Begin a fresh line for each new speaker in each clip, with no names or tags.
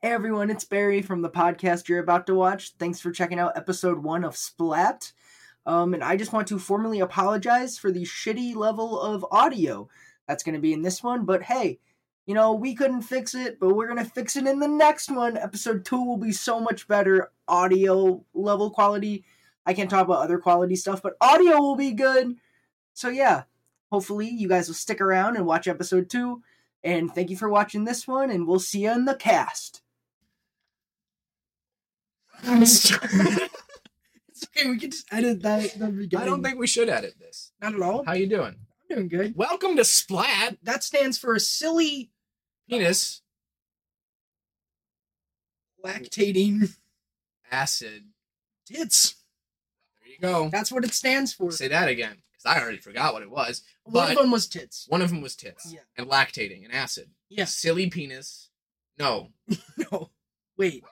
Hey everyone, it's Barry from the podcast you're about to watch. Thanks for checking out episode one of Splat. Um, and I just want to formally apologize for the shitty level of audio that's going to be in this one. But hey, you know, we couldn't fix it, but we're going to fix it in the next one. Episode two will be so much better audio level quality. I can't talk about other quality stuff, but audio will be good. So yeah, hopefully you guys will stick around and watch episode two. And thank you for watching this one, and we'll see you in the cast.
it's okay. We can just edit that. at The beginning.
I don't think we should edit this.
not at all.
How you doing?
I'm doing good.
Welcome to Splat
That stands for a silly
Penis
lactating
Acid.
tits.
There you go.
That's what it stands for.
Say that again, because I already forgot what it was.
One of
but-
them was tits.
One of them was tits
Yeah.
and lactating and acid.
Yeah.
Silly penis. No,
No. Wait.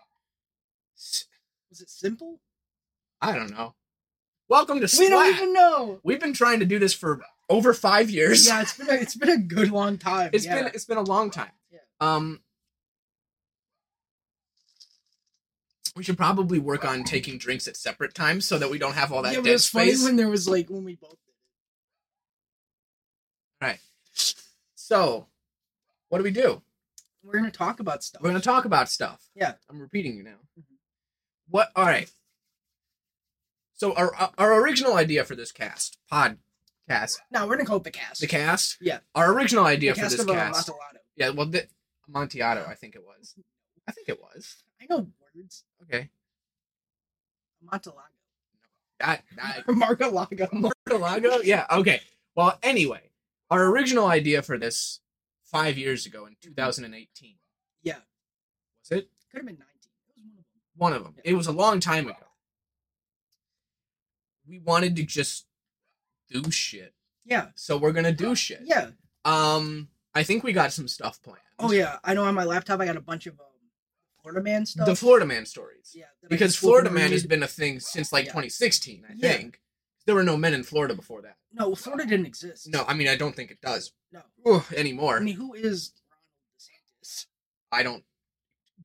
S-
Was it simple?
I don't know. Welcome to
We
Splat.
don't even know.
We've been trying to do this for over five years.
Yeah, it's been a, it's been a good long time.
It's
It's yeah.
been it's been a long time.
Yeah.
Um we should probably work on taking drinks at separate times so that we don't have all that
yeah, but it
dead
was funny
space.
when there was like when we both.
So, what do we do?
We're gonna talk about stuff.
We're going to talk about stuff.
Yeah. Mm-hmm.
I'm repeating you now. What all right. So our uh, our original idea for this cast, podcast,
No, we're gonna call it the cast.
the cast?
Yeah.
Our original idea
the
for
cast
this
of
cast.
cast.
Yeah, well the Amontillado, I think it was. I think it was.
I know words.
Okay.
Montalago.
That that
Margalago.
Archipelago? Yeah, okay. Well, anyway, our original idea for this five years ago in 2018.
Mm-hmm. Yeah.
Was it?
Could have been 19. It was one of them.
One of them. It was a long time ago. We wanted to just do shit.
Yeah.
So we're going to do shit.
Yeah.
Um, I think we got some stuff planned.
Oh, yeah. I know on my laptop I got a bunch of um, Florida Man stuff.
The Florida Man stories.
yeah. that I
Because
just flipped
Florida Man has
read.
been a thing since like
Yeah.
2016, I
Yeah.
think. There were no men in Florida before that.
No, Florida didn't exist.
No, I mean, I don't think it does
No.
ugh,
I
anymore.
mean, who is Ronald
I don't.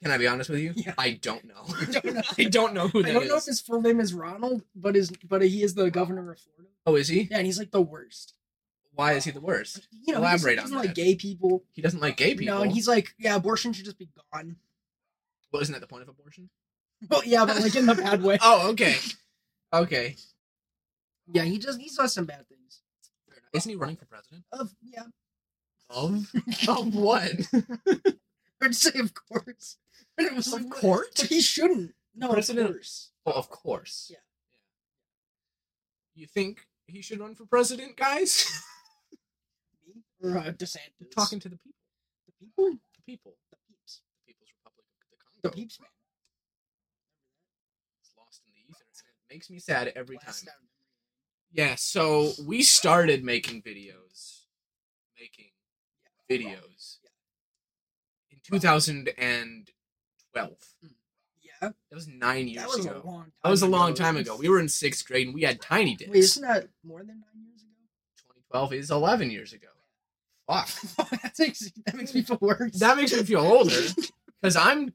Can I be honest with you?
Yeah.
I don't know.
don't know.
I don't know who
DeSantis? I
that
don't know if
is.
his full name is Ronald, but is but he is the governor of Florida.
Oh, is he?
Yeah, and he's like the worst.
Why is he the worst?
You know, he just-
Elaborate
he doesn't
on
like
that.
gay people.
He doesn't like gay people.
No, and he's like, yeah, abortion should just be gone.
well, isn't that the point of abortion?
Well, yeah, but like in the bad way.
Oh, okay, okay.
Yeah, he just he saw some bad things.
Isn't he running for president?
Of yeah,
Of of what?
I'd say of course. And it was like,
of
what?
court?
But he shouldn't. No,
President-
of course.
Oh, of course.
Yeah.
You think he should run for president, guys?
Me or uh, DeSantis.
Talking to the people.
the people,
The people.
the peeps,
The People's Republic of the
the
Congo.
peeps, man.
It's lost in the ether. and It makes me sad every time.
Blast down.
Yeah, so we started making videos, making videos in 2012.
Yeah,
That was nine
that
years
was a
ago.
long. Time
That was a long time ago. We were in sixth grade and we had tiny dicks.
Wait, isn't that more than nine years ago?
2012 is 11 years ago. Fuck.
that makes that makes me feel worse.
That makes me feel older because I'm,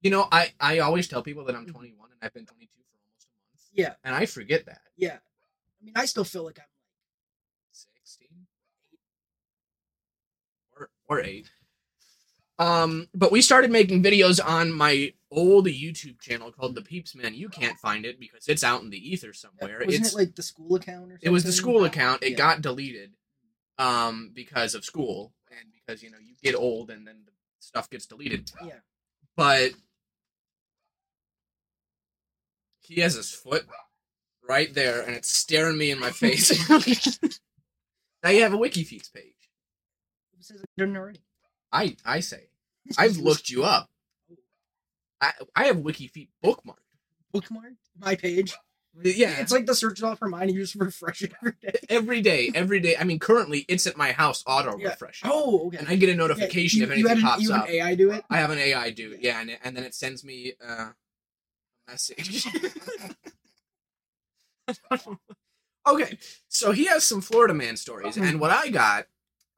you know, I, I always tell people that I'm
Mm.
21 and I've been 22 for almost a month.
Yeah.
And I forget that.
yeah. I mean, I still feel like I'm.
16 or, or 8 um but we started making videos on my old youtube channel called the peeps man you can't find it because it's out in the ether somewhere
Wasn't
it's
it like the school account or something?
it was the school account it
Yeah.
got deleted um because of school and because you know you get old and then the stuff gets deleted
Yeah.
but he has his foot right there and it's staring me in my face now you have a wikifeeds page
It says I didn't already.
i i say i've looked you up i i have wikifeed bookmarked
bookmarked my page.
yeah
It's like the search all for mine. You just refresh it every day.
every day every day i mean currently it's at my house auto
Yeah.
refresh
Oh, okay.
and i get a notification
Yeah,
if
you- you had
anything
an-
pops
you had
up
an AI do it.
I have an AI do it, yeah, and, it- and then it sends me uh, a message. okay, so he has some Florida man stories, and what I got,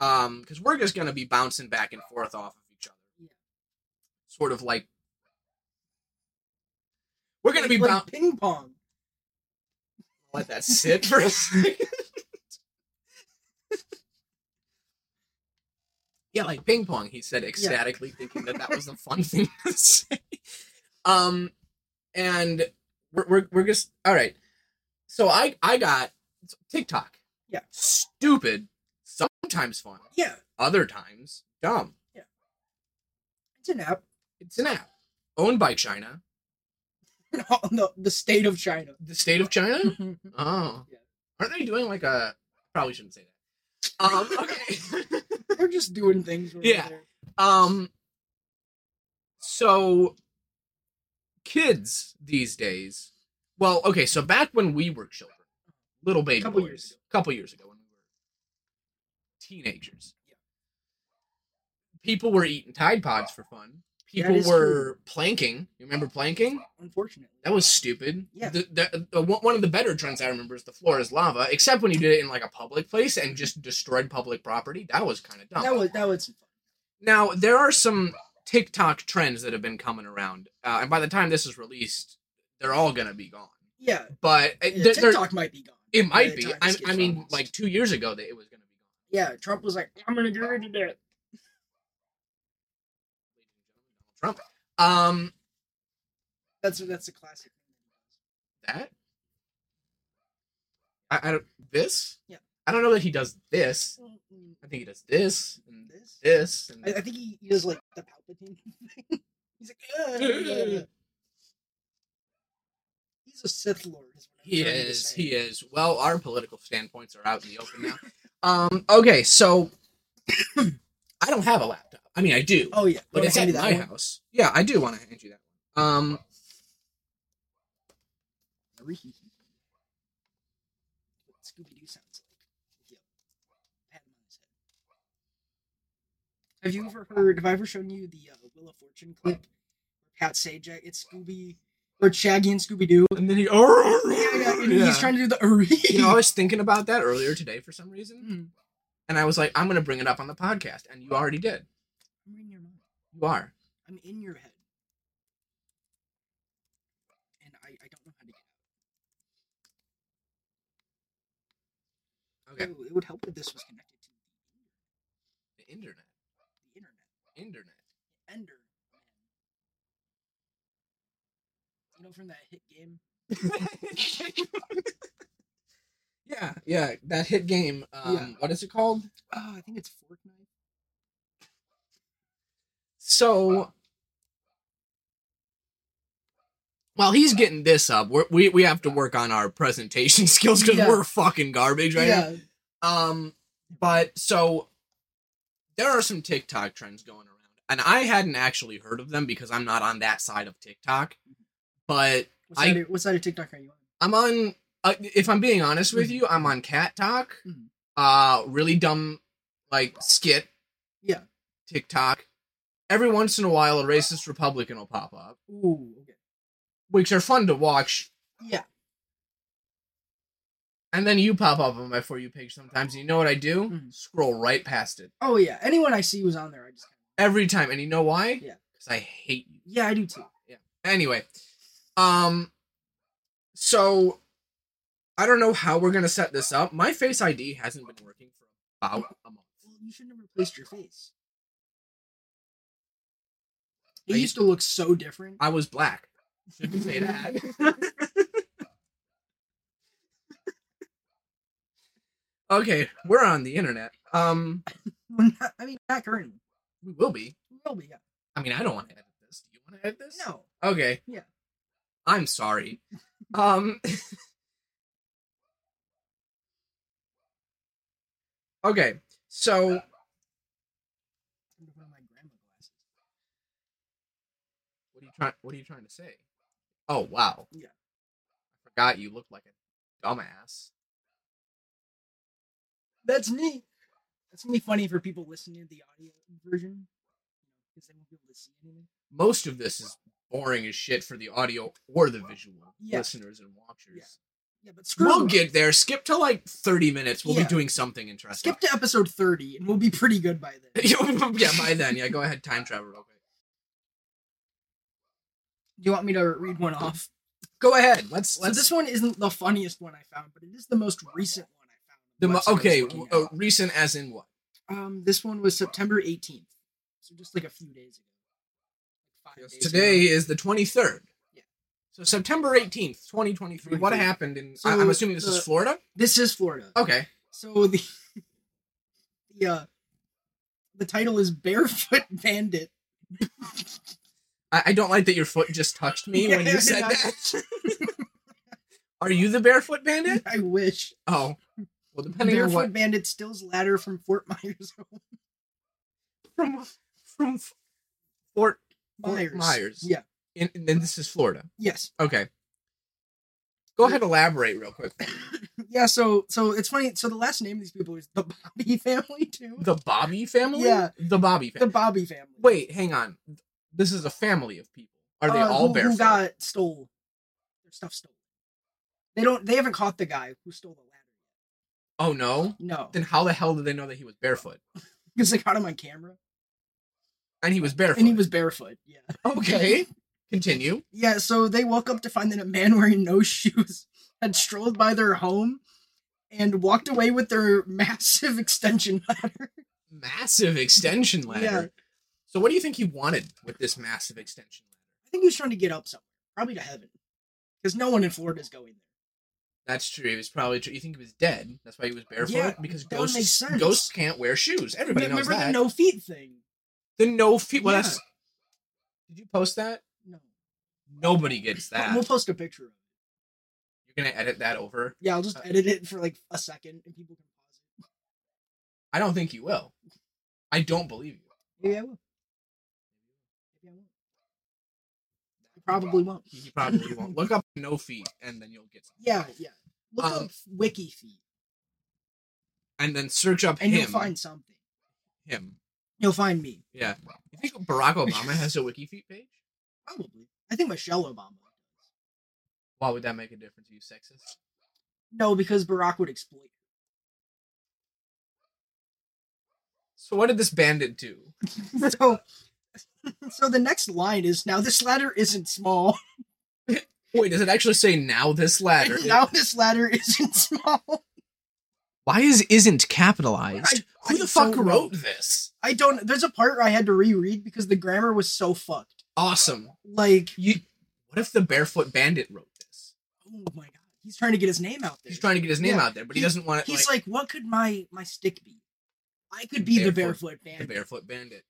um, because we're just gonna be bouncing back and forth off of each other.
Yeah.
sort of like we're gonna be
like
bound.
ping pong.
Let that sit for a second. yeah, like ping pong. He said ecstatically, thinking that that was the fun thing to say. Um, and we're we're, we're just all right. So I I got TikTok.
Yeah.
Stupid. Sometimes fun.
Yeah,
Other times dumb.
it's an app.
It's an app owned by China,
no, the state of China.
the state of China. Oh.
Mm-hmm. Yeah.
Aren't they doing like a probably shouldn't say that. Um okay.
They're just doing things. over
Yeah.
there.
um so kids these days. Well, okay, so back when we were children, little baby
Couple
boys,
years ago.
couple years ago when we were teenagers. People were eating Tide Pods for fun.
That
People
is
were planking. You remember planking?
Unfortunately,
That was stupid.
Yeah.
The, the, the, one one of the better trends I remember is the floor is lava, except when you did it in like a public place and just destroyed public property. That was kind of dumb.
that was that was fun.
now, there are some TikTok trends that have been coming around. Uh, and by the time this is released, they're all going to be gone.
Yeah,
But uh,
yeah,
there- there-
TikTok might be gone.
it
by
might
the
be.
time
I,
this
I
gets
mean,
released.
like two years ago, that it was going to be gone.
yeah, Trump was like, "I'm gonna get rid of that."
Trump. Um,
That's that's a classic.
that? I, I don't. This?
Yeah.
I don't know that he does this. I think he does this and
This,
this. And
I, I think he, he does like the Palpatine thing. He's like, "Ugh." he's a Sith Lord. Is what I'm
He
trying to
is.
say.
He is. Well, our political standpoints are out in the open now. um. Okay. So, I don't have a laptop. I mean, I do,
Oh yeah,
but
Wanna
it's
hand
at
me that
my
one?
house. Yeah, I do want to hand you that one. Um.
Scooby Doo sounds like. Yep. Pat him on his head. Have you ever heard? Have I ever shown you the uh, Wheel of Fortune clip? Pat Sajak, it's Scooby or Shaggy and Scooby Doo.
And then he.
He's trying to Hmm. do the Mm-hmm. Uri.
You know, I was thinking about that earlier today for some reason, and I was like, I'm going to bring it up on the podcast, and you already did.
I'm in your mind.
You are.
I'm in your head. And I, I don't know how to get
Okay.
out. It would help if this was connected to
The internet.
the internet.
Internet.
Ender. You know from that hit game?
yeah, yeah. That hit game. Um,
Yeah.
What is it called?
Oh, I think it's Fork Knife.
So while he's getting this up, we're, we we have to work on our presentation skills because
Yeah.
we're fucking garbage right now. Um, but so there are some TikTok trends going around, and I hadn't actually heard of them because I'm not on that side of TikTok. But
What
I-
side, of, what side of TikTok are you on?
I'm on. Uh, if I'm being honest
Mm-hmm.
with you, I'm on Cat Talk.
Mhm.
Uh, really dumb, like skit.
Yeah.
TikTok. Every once in a while, a racist Republican will pop up,
Ooh, okay.
which are fun to watch.
Yeah.
And then you pop up on my for you page sometimes, and you know what I do?
Mhm.
Scroll right past it
Oh yeah. Anyone I see who's on there, I just
every time, and you know why?
Yeah.
Because I hate you.
yeah, I do too.
Anyway, um, so I don't know how we're gonna set this up. My Face ID hasn't been working for about a month.
Well, you shouldn't have replaced your face. It
I used
used to look so different.
I was black. Shouldn't say that. okay, we're on the internet. Um,
Not- I mean, not currently.
we will be.
We will be. yeah.
I mean, I don't want to edit this. Do you want to edit this?
No.
Okay.
Yeah.
I'm sorry. Um Okay. So
I'm gonna put on my grandma glasses.
what are you trying what are you trying to say? Oh wow.
Yeah.
I forgot you looked like a dumbass.
That's neat. That's gonna be funny for people listening to the audio version because they won't be able to see anything.
Most of this is boring as shit for the audio or the visual
Yeah.
listeners and watchers.
Yeah. Yeah, but screw.
We'll
them.
get there. Skip to like 30 minutes. We'll
Yeah.
be doing something interesting.
Skip to episode thirty, and we'll be pretty good by then.
yeah, by then. Yeah, go ahead. Time travel real quick.
Do you want me to read one off?
Go ahead. Let's
So
let's
this one isn't the funniest one I found, but it is the most recent one I
the
found.
mo-
Website I was
okay.
looking
w-
at.
uh, recent as in what?
Um, this one was September 18th, so just like a few days ago. Like five days ago.
Today is the twenty third.
Yeah.
So September eighteenth, twenty twenty three. What
23rd.
happened in?
So
I, am assuming this
the-
is Florida.
This is Florida.
Okay.
So the the uh, the title is Barefoot Bandit.
I, I don't like that your foot just touched me when
Yeah,
you said
yeah.
that. Are you the barefoot bandit?
I wish
Oh. Well, depending
Barefoot
on what
Bandit steals ladder from Fort Myers.
from from F- Fort Fort
Myers.
Myers.
Yeah.
and, and then this is Florida.
Yes.
Okay. Go ahead, elaborate real quick.
Yeah. So so it's funny. So the last name of these people is the Bobby family too.
The Bobby family.
Yeah.
The Bobby family.
The Bobby family.
Wait, hang on. This is a family of people. Are they
Uh,
all
who,
barefoot?
Who got stole? Their stuff stolen. They don't. They haven't caught the guy who stole the
oh no.
ladder. No,
Then how the hell did they know that he was barefoot?
because they caught him on camera
And he was barefoot.
and he was barefoot. Yeah.
okay. Continue.
Yeah. So they woke up to find that a man wearing no shoes had strolled by their home and walked away with their massive extension ladder.
Massive extension ladder.
Yeah.
So what do you think he wanted with this massive extension
I think he was trying to get up somewhere, probably to heaven, because no one in Florida is going there.
ladder? That's true. He was probably tr- you think he was dead. That's why he was barefoot.
Yeah,
because
that would make
ghosts
sense.
ghosts can't wear shoes.
But
Everybody knows
remember
that.
the no feet thing?
The no feet. Well,
Yeah.
that's. Did you post that?
No.
Nobody gets that.
We'll post a picture of it.
You're gonna edit that over.
Yeah, I'll just edit it for like a second and people can pause it.
I don't think you will. I don't believe you.
Maybe I will. Maybe I won't. I probably won't.
You probably won't. Look up no feet, and then you'll get. Something.
Yeah, yeah. Look
Um,
up wiki feet
And then search up
and
him.
you'll find something.
him.
You'll find me.
Yeah. You think Barack Obama has a wiki feet page?
Probably. I think Michelle Obama.
Why would that make a difference? You sexist.
No, because Barack would exploit.
So what did this bandit do?
her. So so the next line is now this ladder isn't small.
Wait, does it actually say now this ladder?
now this ladder isn't small.
Why is isn't capitalized?
I-
Who
I
the fuck
don't know.
wrote this?
I don't there's a part where I had to reread because the grammar was so fucked.
Awesome.
Like,
You. What if the barefoot bandit wrote this?
oh my god. He's trying to get his name out there.
He's trying to get his name
Yeah.
out there, but he,
He-
doesn't want it.
He's
like,
like, what could my my stick be? I could be the
Barefoot-
barefoot bandit.
the barefoot bandit.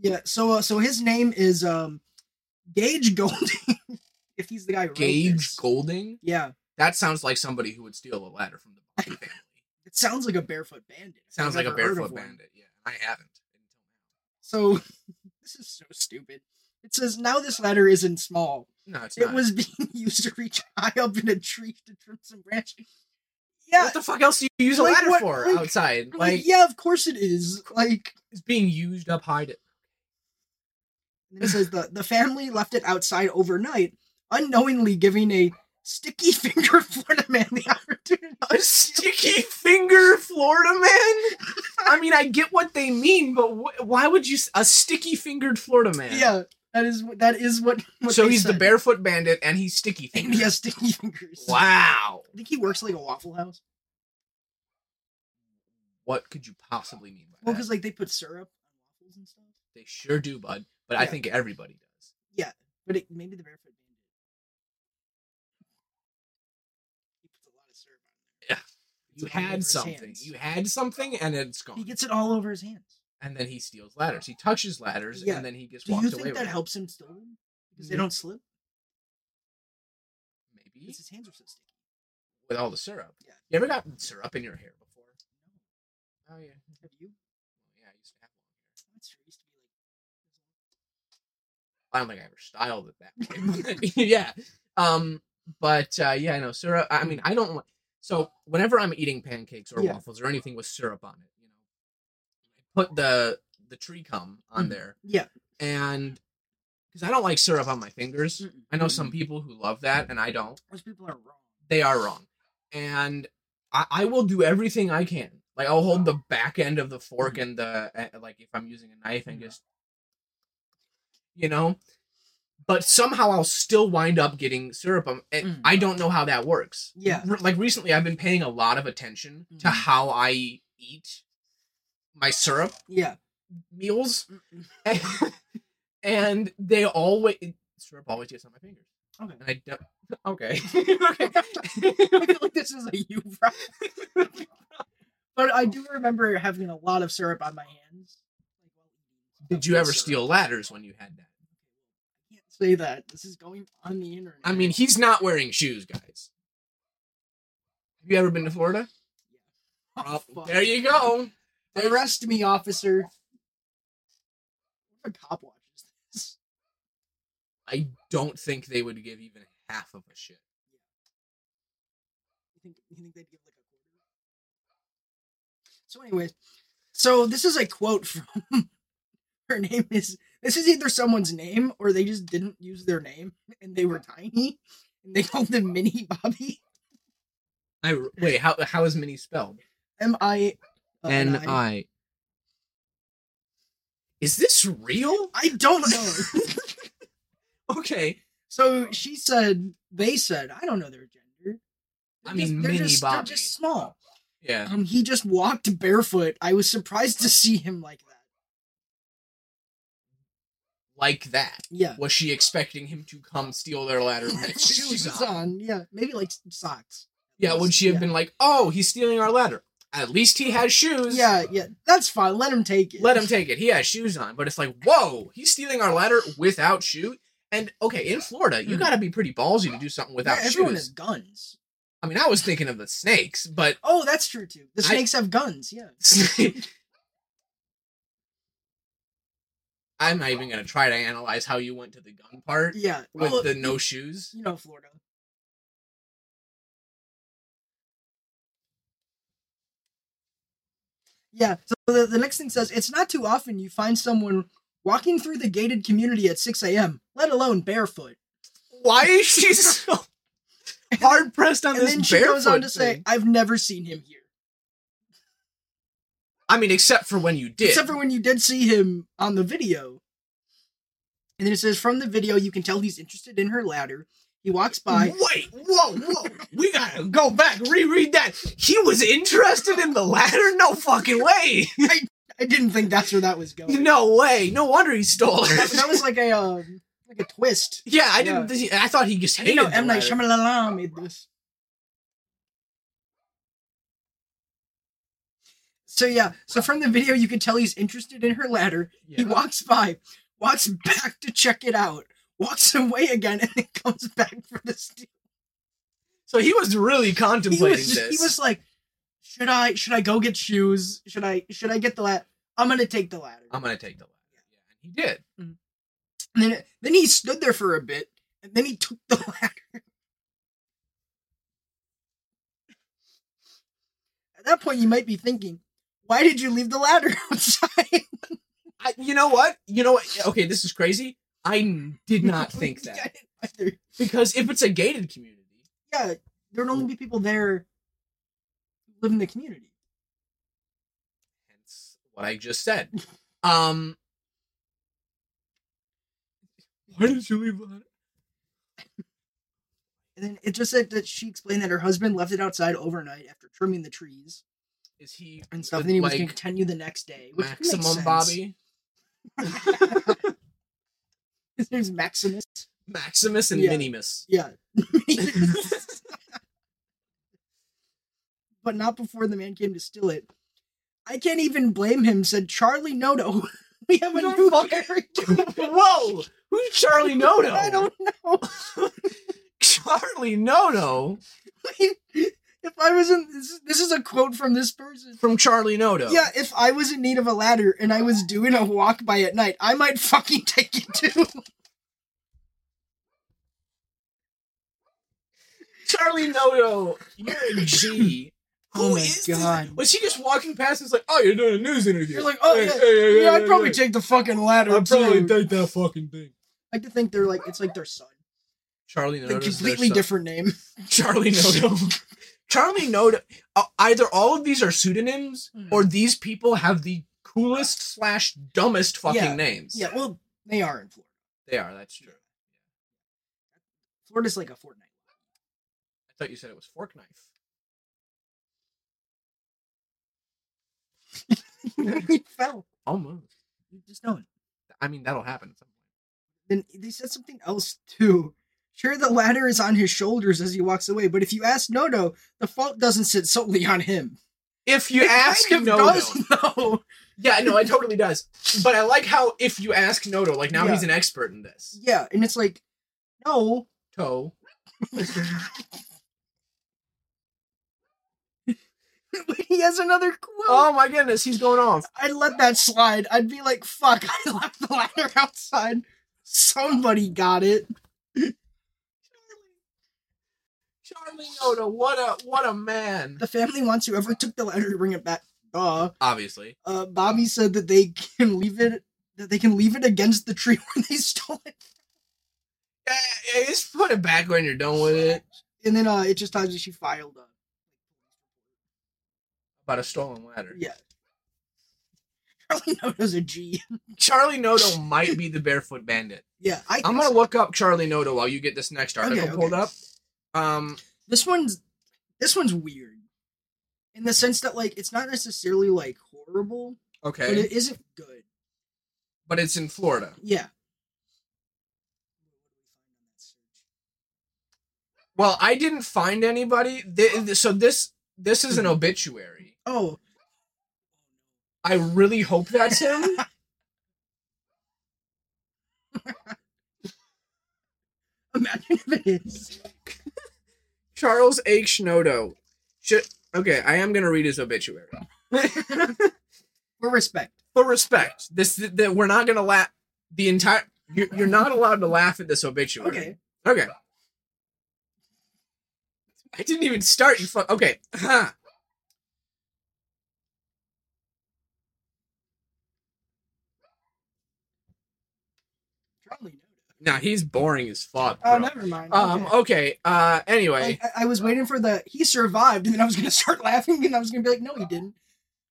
Yeah. So uh, so his name is um Gage Golding. if he's the guy. who wrote
Gage
this.
Golding.
Yeah.
That sounds like somebody who would steal a ladder from the Bobby family.
It sounds like a barefoot bandit.
Sounds
I've
like a
never heard of
barefoot
one.
bandit. Yeah, I haven't.
So this is so stupid. It says now this ladder isn't small.
No, it's
It
not.
was being used to reach high up in a tree to trim some branches. Yeah.
What the fuck else do you use a
Like,
ladder
what-
for
like-
outside?
I'm
Like,
like, yeah, of course it is. Like
it's being used up high. To,
And then it says the, the family left it outside overnight, unknowingly giving a sticky finger Florida man the opportunity.
a sticky finger, Florida man. I mean, I get what they mean, but wh- why would you s- a sticky fingered Florida man?
Yeah, that is what- that is what. what
So
they
he's the
said.
barefoot bandit, and he's sticky
And he
fingered.
has sticky fingers.
Wow.
I think he works like a Waffle House.
What could you possibly mean by
Well,
that?
because like they put syrup on waffles and stuff.
They sure do, bud. But I
Yeah.
think everybody does.
But it, maybe the barefoot bandit. He puts a lot of syrup on it.
You
It's all over
had
his
something.
hands.
You had something, and it's gone.
He gets it all over his hands.
and then he steals ladders. He touches ladders,
Yeah.
and then he gets
Do
walked
you
away
think
with.
that helps him still? Because they
Mm.
don't slip.
it. Maybe
Because his hands are so sticky.
with all the syrup.
Yeah.
You ever got syrup in your hair before? Oh yeah.
Have you?
Yeah, I used to have one.
That's true. It used to be like
I don't think I ever styled it that way. but yeah. Um. But uh, yeah, no syrup. I mean, I don't. li- So whenever I'm eating pancakes or
Yeah.
waffles or anything with syrup on it, you know, I put the the tree cum on
Mhm.
there.
Yeah.
and because I don't like syrup on my fingers.
Mm-mm.
I know some people who love that, and I don't.
Those people are wrong.
They are wrong, and I, I will do everything I can. Like I'll hold the back end of the eh, fork and the uh, like if I'm using a knife and just, you know, but somehow I'll still wind up getting syrupum. And
Mm.
I don't know how that works.
Yeah.
Re- like recently, I've been paying a lot of attention to
Mhm.
how I eat my syrup
Yeah.
meals, and they always syrup always gets on my fingers.
Okay.
And I don't, okay. okay.
I feel like this is a you problem. but I do remember having a lot of syrup on my hands.
Did you ever
Syrup.
steal ladders when you had that?
can't say that. This is going on the internet.
I mean, he's not wearing shoes, guys. Have you ever been to Florida?
Oh,
Oh,
fuck.
there you go.
arrest me, officer. What if a cop watches this?
I don't think they would give even half of a shit.
You think you think they'd give like a quarter? So, anyways, so this is a quote from her name is. This is either someone's name or they just didn't use their name and they were tiny and they called them Mini Bobby.
I wait. How how is Minnie spelled?
M I
N I. Is this real?
I don't know.
Okay.
so she said, they said, I don't know their gender.
I
They're just-
mean,
they're
Mini
just-
Bobby.
They're just small.
Yeah.
Um, he just walked barefoot. I was surprised to see him like that.
Like that.
Yeah,
Was she expecting him to come steal their ladder and
With
with shoes on?
Yeah, maybe like s- socks.
Yeah. Would she have
Yeah.
been like, "Oh, he's stealing our ladder. At least he has shoes.
Yeah, yeah, that's fine. Let him take it.
Let him take it. He has shoes on." But it's like, "Whoa, he's stealing our ladder without shoes." And okay, in Florida, you
Mhm.
got to be pretty ballsy to do something without
Yeah,
shoes.
everyone has guns.
I mean, I was thinking of the snakes, but
Oh, that's true too. The
I-
snakes have guns. Yeah.
I'm not even gonna try to analyze how you went to the gun part
Yeah.
with
Well,
the no shoes.
you know Florida. Yeah. So the, the next thing says it's not too often you find someone walking through the gated community at 6 a.m. Let alone barefoot.
Why is she so hard pressed on
And
this
then she goes on
barefoot
to say,
thing?
"I've never seen him here,
I mean, except for when you did.
except for when you did see him on the video." And then it says, "From the video, you can tell he's interested in her ladder. He walks by.
Wait, whoa, whoa. We gotta go back, reread that. He was interested in the ladder? No fucking way.
I didn't think that's where that was going.
No way. No wonder he stole
that,
it.
that was like a um, like a twist.
Yeah, I didn't. I thought he just
I
hated
didn't know
the
M Night
ladder.
Shyamalan made this." So yeah, so from the video, you can tell he's interested in her ladder. He
Yeah.
walks by, walks back to check it out, walks away again, and then comes back for the steal.
So he was really
He
contemplating
was,
this.
he was like, should I should I go get shoes? Should I should I get the ladder? I'm gonna take the ladder.
I'm gonna take the ladder. Yeah, and he did.
and then then he stood there for a bit, and then he took the ladder. At that point, you might be thinking, why did you leave the ladder outside?
I, you know what? You know what? Okay, this is crazy. I n- did not think
I
that
didn't either.
because if it's a gated community,
Yeah, there would only be people there who live in the community.
hence what I just said. Um, why did you leave the ladder?
And then it just said that she explained that her husband left it outside overnight after trimming the trees
Is he
and stuff.
with,
And then he was
like
going to continue the next day. Which makes
maximum
sense.
Bobby?
His name's Maximus.
Maximus and
Yeah.
Minimus.
Yeah. but not before the man came to steal it. I can't even blame him, said Charlie Noto. We have a
Who the
new
fuck-
character.
Whoa! Who's Charlie Noto?
I don't know.
Charlie Noto
if I was in this, this is a quote from this person.
from Charlie Noto.
Yeah, if I was in need of a ladder and I was doing a walk by at night, I might fucking take it too.
Charlie Noto, you're a G.
Oh
Who
my
is
God.
This? Was she just walking past and it's like, oh, you're doing a news interview?
You're like, oh, yeah, yeah, I'd probably
yeah.
take the fucking ladder.
I'd probably
too.
take that fucking thing.
I like to think they're like it's like their son.
Charlie Noto.
It's a completely different name.
Charlie Noto. Charlie Noto. Uh, either all of these are pseudonyms
Hmm.
or these people have the coolest slash dumbest fucking names.
Yeah, well, they are in Florida.
They are, that's true.
Florida's like a fortnight.
I thought you said it was fork knife.
it fell.
Almost.
You just know it.
I mean, that'll happen at some point.
Then they said something else too. Sure, the ladder is on his shoulders as he walks away, but if you ask Nodo, the fault doesn't sit solely on him.
If you
It
ask
kind of
Nodo,
does, though.
yeah, no, it totally does. But I like how if you ask Nodo, like now
Yeah.
he's an expert in this.
Yeah, and it's like, no,
Toe.
he has another quote.
Oh my goodness, he's going off.
I'd let that slide. I'd be like, fuck, I left the ladder outside. Somebody got it.
Charlie Nodo, what a what a man.
The family wants whoever took the ladder to bring it back. Duh.
Obviously.
Uh, Bobby said that they can leave it that they can leave it against the tree where they stole it.
Yeah, yeah, just put it back when you're done with it.
And then uh it just times that she filed uh, up.
About a stolen ladder.
Yeah. Charlie Noto's a G.
Charlie Nodo might be the barefoot bandit.
Yeah, I
I'm gonna look up Charlie Nodo while you get this next article
Okay,
pulled
okay.
up. Um
this one's this one's weird. In the sense that like it's not necessarily like horrible,
okay.
but it isn't good.
but it's in Florida.
Yeah.
Well, I didn't find anybody. Th- th- So this this is an
Hmm.
obituary.
Oh,
I really hope that's him.
imagine if it is.
Charles H. Nodo. Should, okay, I am gonna read his obituary
For respect.
for respect. This that we're not gonna laugh. The entire you're, you're not allowed to laugh at this obituary.
Okay.
Okay. I didn't even start. You fuck. Okay. Huh.
Charlie Noto.
Nah, he's boring as fuck.
Oh,
bro.
never mind.
Um.
okay.
Okay. Uh. Anyway,
Like, I, I was waiting for the he survived, and then I was gonna start laughing, and I was gonna be like, no, he didn't.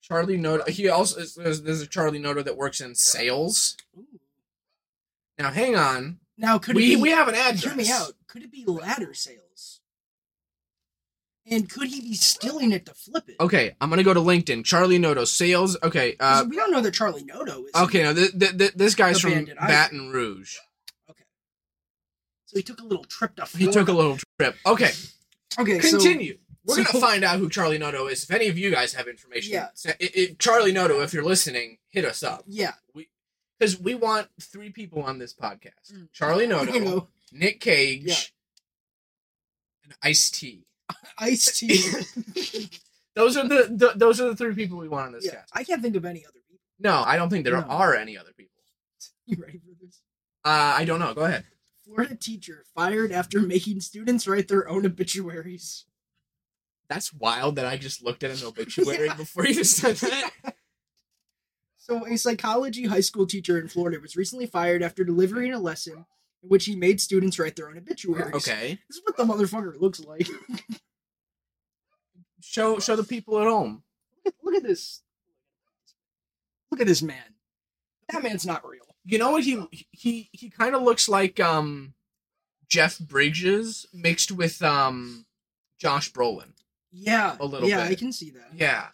Charlie Noto. He also there's, there's a Charlie Noto that works in sales. Now, hang on.
Now could
we
it be,
we have an address.
hear me out? Could it be ladder sales? And could he be stealing it to flip it?
Okay, I'm gonna go to LinkedIn. Charlie Noto sales. Okay.
'Cause
Uh.
we don't know that Charlie Noto is.
Okay. Now th- th- th- this guy's
The
from
bandit, I-
Baton Rouge.
So he took a little trip to.
He took a little trip. Okay.
Okay.
Continue.
so-
We're gonna find out who Charlie Noto is. If any of you guys have information,
Yeah.
sa- i- i- Charlie Noto, if you're listening, hit us
So
up
yeah.
because we want three people on this podcast:
Mm.
Charlie Noto,
You know,
Nick Cage,
Yeah.
and Ice T.
iced tea.
Those are the, the those are the three people we want on this
yeah.
cast.
I can't think of any other people.
No, I don't think there
No.
are any other people.
You ready for this?
Uh, I don't know. Go ahead.
Florida teacher fired after making students write their own obituaries.
That's wild that I just looked at an obituary
Yeah.
before you said that.
So, a psychology high school teacher in Florida was recently fired after delivering a lesson in which he made students write their own obituaries.
Okay.
This is what the motherfucker looks like.
Show show the people at home.
Look at this. Look at this man. That man's not real.
You know what he he he kind of looks like um Jeff Bridges mixed with um Josh Brolin.
Yeah.
A little
Yeah,
bit.
I can see that.
Yeah.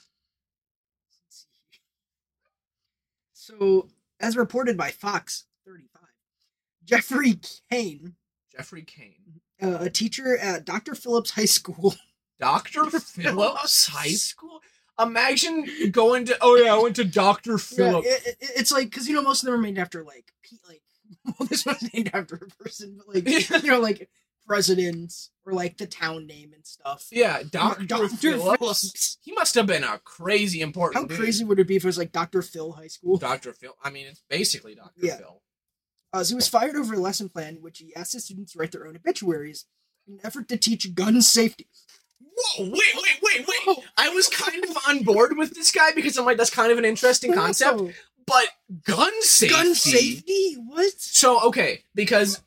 So, as reported by Fox 35, Jeffrey Kane,
Jeffrey Kane.
uh, a teacher at Dr. Phillips High School,
Dr. Phillips High School? Imagine going to Oh yeah, I went to Dr.
Yeah,
Phillips.
it, it, it's like because you know most of them are named after like pe- like well this one's named after a person, but like you know like presidents or like the town name and stuff.
Yeah, Dr.
Dr.
Phillips.
Phillips.
He must have been a crazy important
How
dude.
crazy would it be if it was like Dr. Phil High School?
Dr. Phil. I mean, it's basically Dr.
Yeah.
Phil.
Uh, so he was fired over a lesson plan in which he asked his students to write their own obituaries in an effort to teach gun safety.
Whoa, wait, wait, wait, wait. I was kind of on board with this guy because I'm like, that's kind of an interesting concept,
Also,
but gun safety.
Gun safety? What?
So, okay, because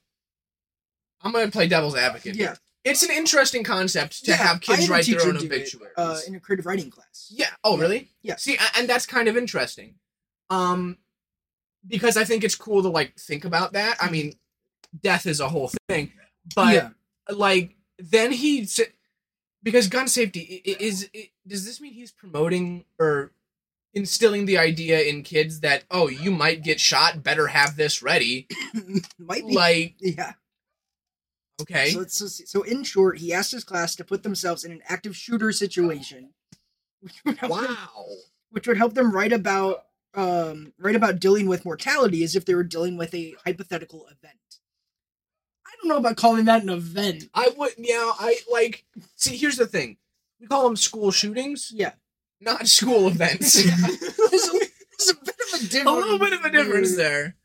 I'm going to play devil's advocate. here.
Yeah.
It's an interesting concept to
yeah,
have
I
kids
had a
write their
teacher
own
do it,
obituaries.
uh, in a creative writing class.
Yeah. Oh, really?
Yeah.
See, a- and that's kind of interesting, um, because I think it's cool to like think about that. I mean, death is a whole thing, but
Yeah.
like then he sa- because gun safety i- i- is i- does this mean he's promoting or instilling the idea in kids that oh you might get shot better have this ready
Might be.
like
yeah.
okay
So, let's just see. so in short, he asked his class to put themselves in an active shooter situation, which would help, them,
wow
which would help them write about um, write about dealing with mortality as if they were dealing with a hypothetical event. I don't know about calling that an event.
I would yeah I like see here's the thing we call them school shootings
Yeah,
not school events
there's a, there's a bit of a difference.
a little bit of a difference there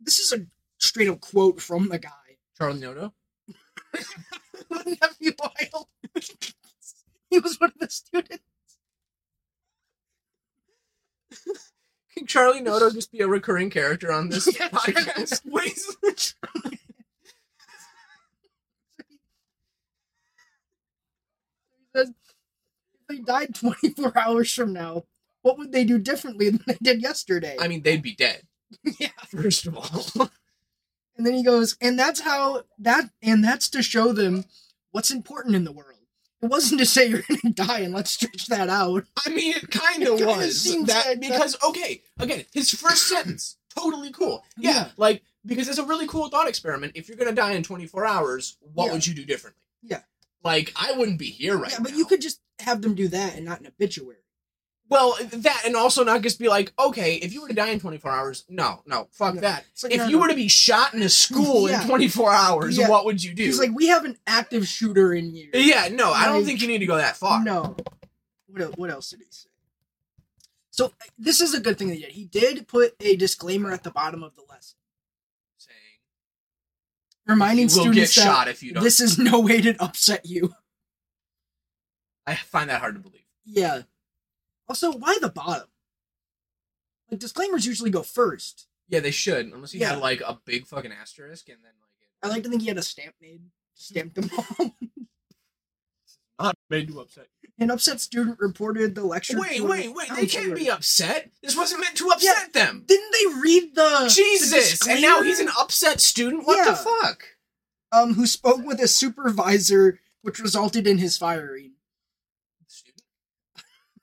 This is a straight up quote from the guy.
Charlie Noto
Nephew Lyle. he was one of the students.
can Charlie Noto just be a recurring character on this
Yeah, sure.
podcast please
If they died 24 hours from now, what would they do differently than they did yesterday?
I mean they'd be dead
yeah.
first of all
And then he goes, and that's how that, and that's to show them what's important in the world. It wasn't to say you're gonna die, and let's stretch that out.
I mean, it kind
It
of
kinda
was
seems
that
like that.
because okay, again, his first sentence totally cool. Yeah,
Yeah.
like because it's a really cool thought experiment. If you're gonna die in 24 hours, what
Yeah.
would you do differently?
Yeah.
like I wouldn't be here right
yeah, but
now.
you could just have them do that and not an obituary.
Well, that and also not just be like, okay, if you were to die in 24 hours, no, no, fuck
No.
that.
It's like,
if
no,
you
no.
were to be shot in a school
Yeah.
in 24 hours,
Yeah.
what would you do?
he's like, we have an active shooter in you.
yeah, no, I don't
Like,
think you need to go that far.
No. What el- what else did he say? So uh, this is a good thing that he did. He did put a disclaimer at the bottom of the lesson,
Saying,
reminding
you will get
students that
shot if you don't.
this is no way to upset you.
I find that hard to believe.
Yeah. Also, why the bottom? Like disclaimers usually go first.
Yeah, they should, unless you
Yeah.
had like a big fucking asterisk and then like
I like to think he had a stamp made, stamped them all.
not made to upset.
An upset student reported the lecture.
Wait,
to a
wait, wait! They can't
counselor.
be upset. This wasn't meant to upset them.
Didn't they read the the
Jesus! and now
disclaimer?
he's an upset student. What the
Yeah.
fuck?
um who spoke with his supervisor, which resulted in his firing.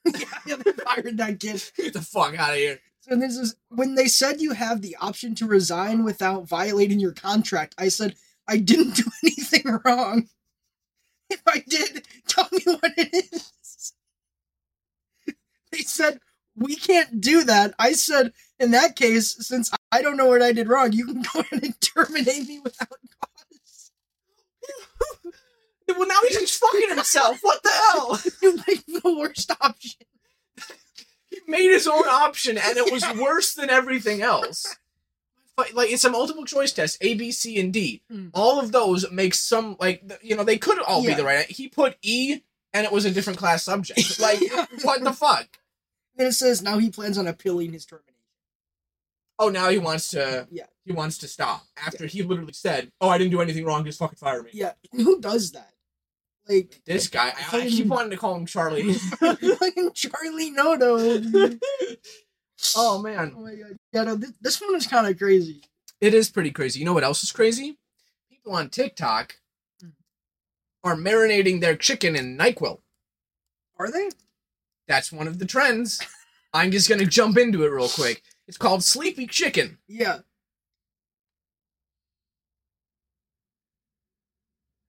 Student,
yeah, they fired that kid.
get the fuck out of here.
So this is when they said you have the option to resign without violating your contract. I said I didn't do anything wrong. If I did, tell me what it is. They said we can't do that. I said in that case, since I don't know what I did wrong, you can go in and terminate me without cause.
Well, now he's just fucking himself. What the hell?
You like the worst option.
He made his own option, and it was worse than everything else. But, like it's a multiple choice test, A, B, C, and D.
Hmm.
All of those make some like th- you know they could all
Yeah.
be the right. He put E, and it was a different class subject. Like what the fuck?
Then it says now he plans on appealing his termination.
oh now he wants to
Yeah.
he wants to stop after he literally said oh i didn't do anything wrong just fucking fire me
Yeah, who does that? Like
this guy I, I
Fucking-
keep wanting to call him charlie
fucking Charlie Noto.
oh
Oh
man
my god. Yeah, no, this, this one is kind of crazy.
it is pretty crazy you know what else is crazy people on tiktok
Hmm.
are marinating their chicken in nyquil
Are they?
that's one of the trends i'm just gonna jump into it real quick it's called sleepy chicken
Yeah.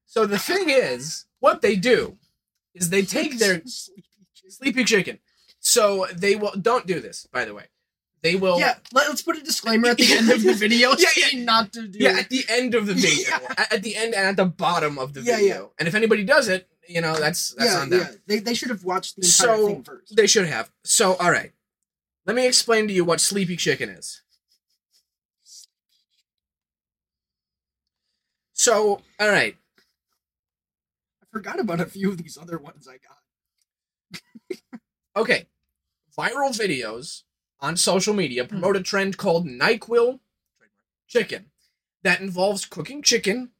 so the thing is what they do is they take their
Sleepy chicken.
sleepy chicken so they will don't do this by the way they will
Yeah, let, us put a disclaimer at the end of the video.
Yeah, yeah.
saying not to do.
Yeah,
it.
at the end of the video,
Yeah.
at, at the end and at the bottom of the
Yeah,
video. And if anybody does it, you know that's that's
yeah,
on them.
yeah. They, they should have watched the entire
So-
thing first.
They should have. So, all right, let me explain to you what sleepy chicken is. So, all right,
I forgot about a few of these other ones I got.
okay, viral videos on social media promote a trend called Nyquil chicken that involves cooking chicken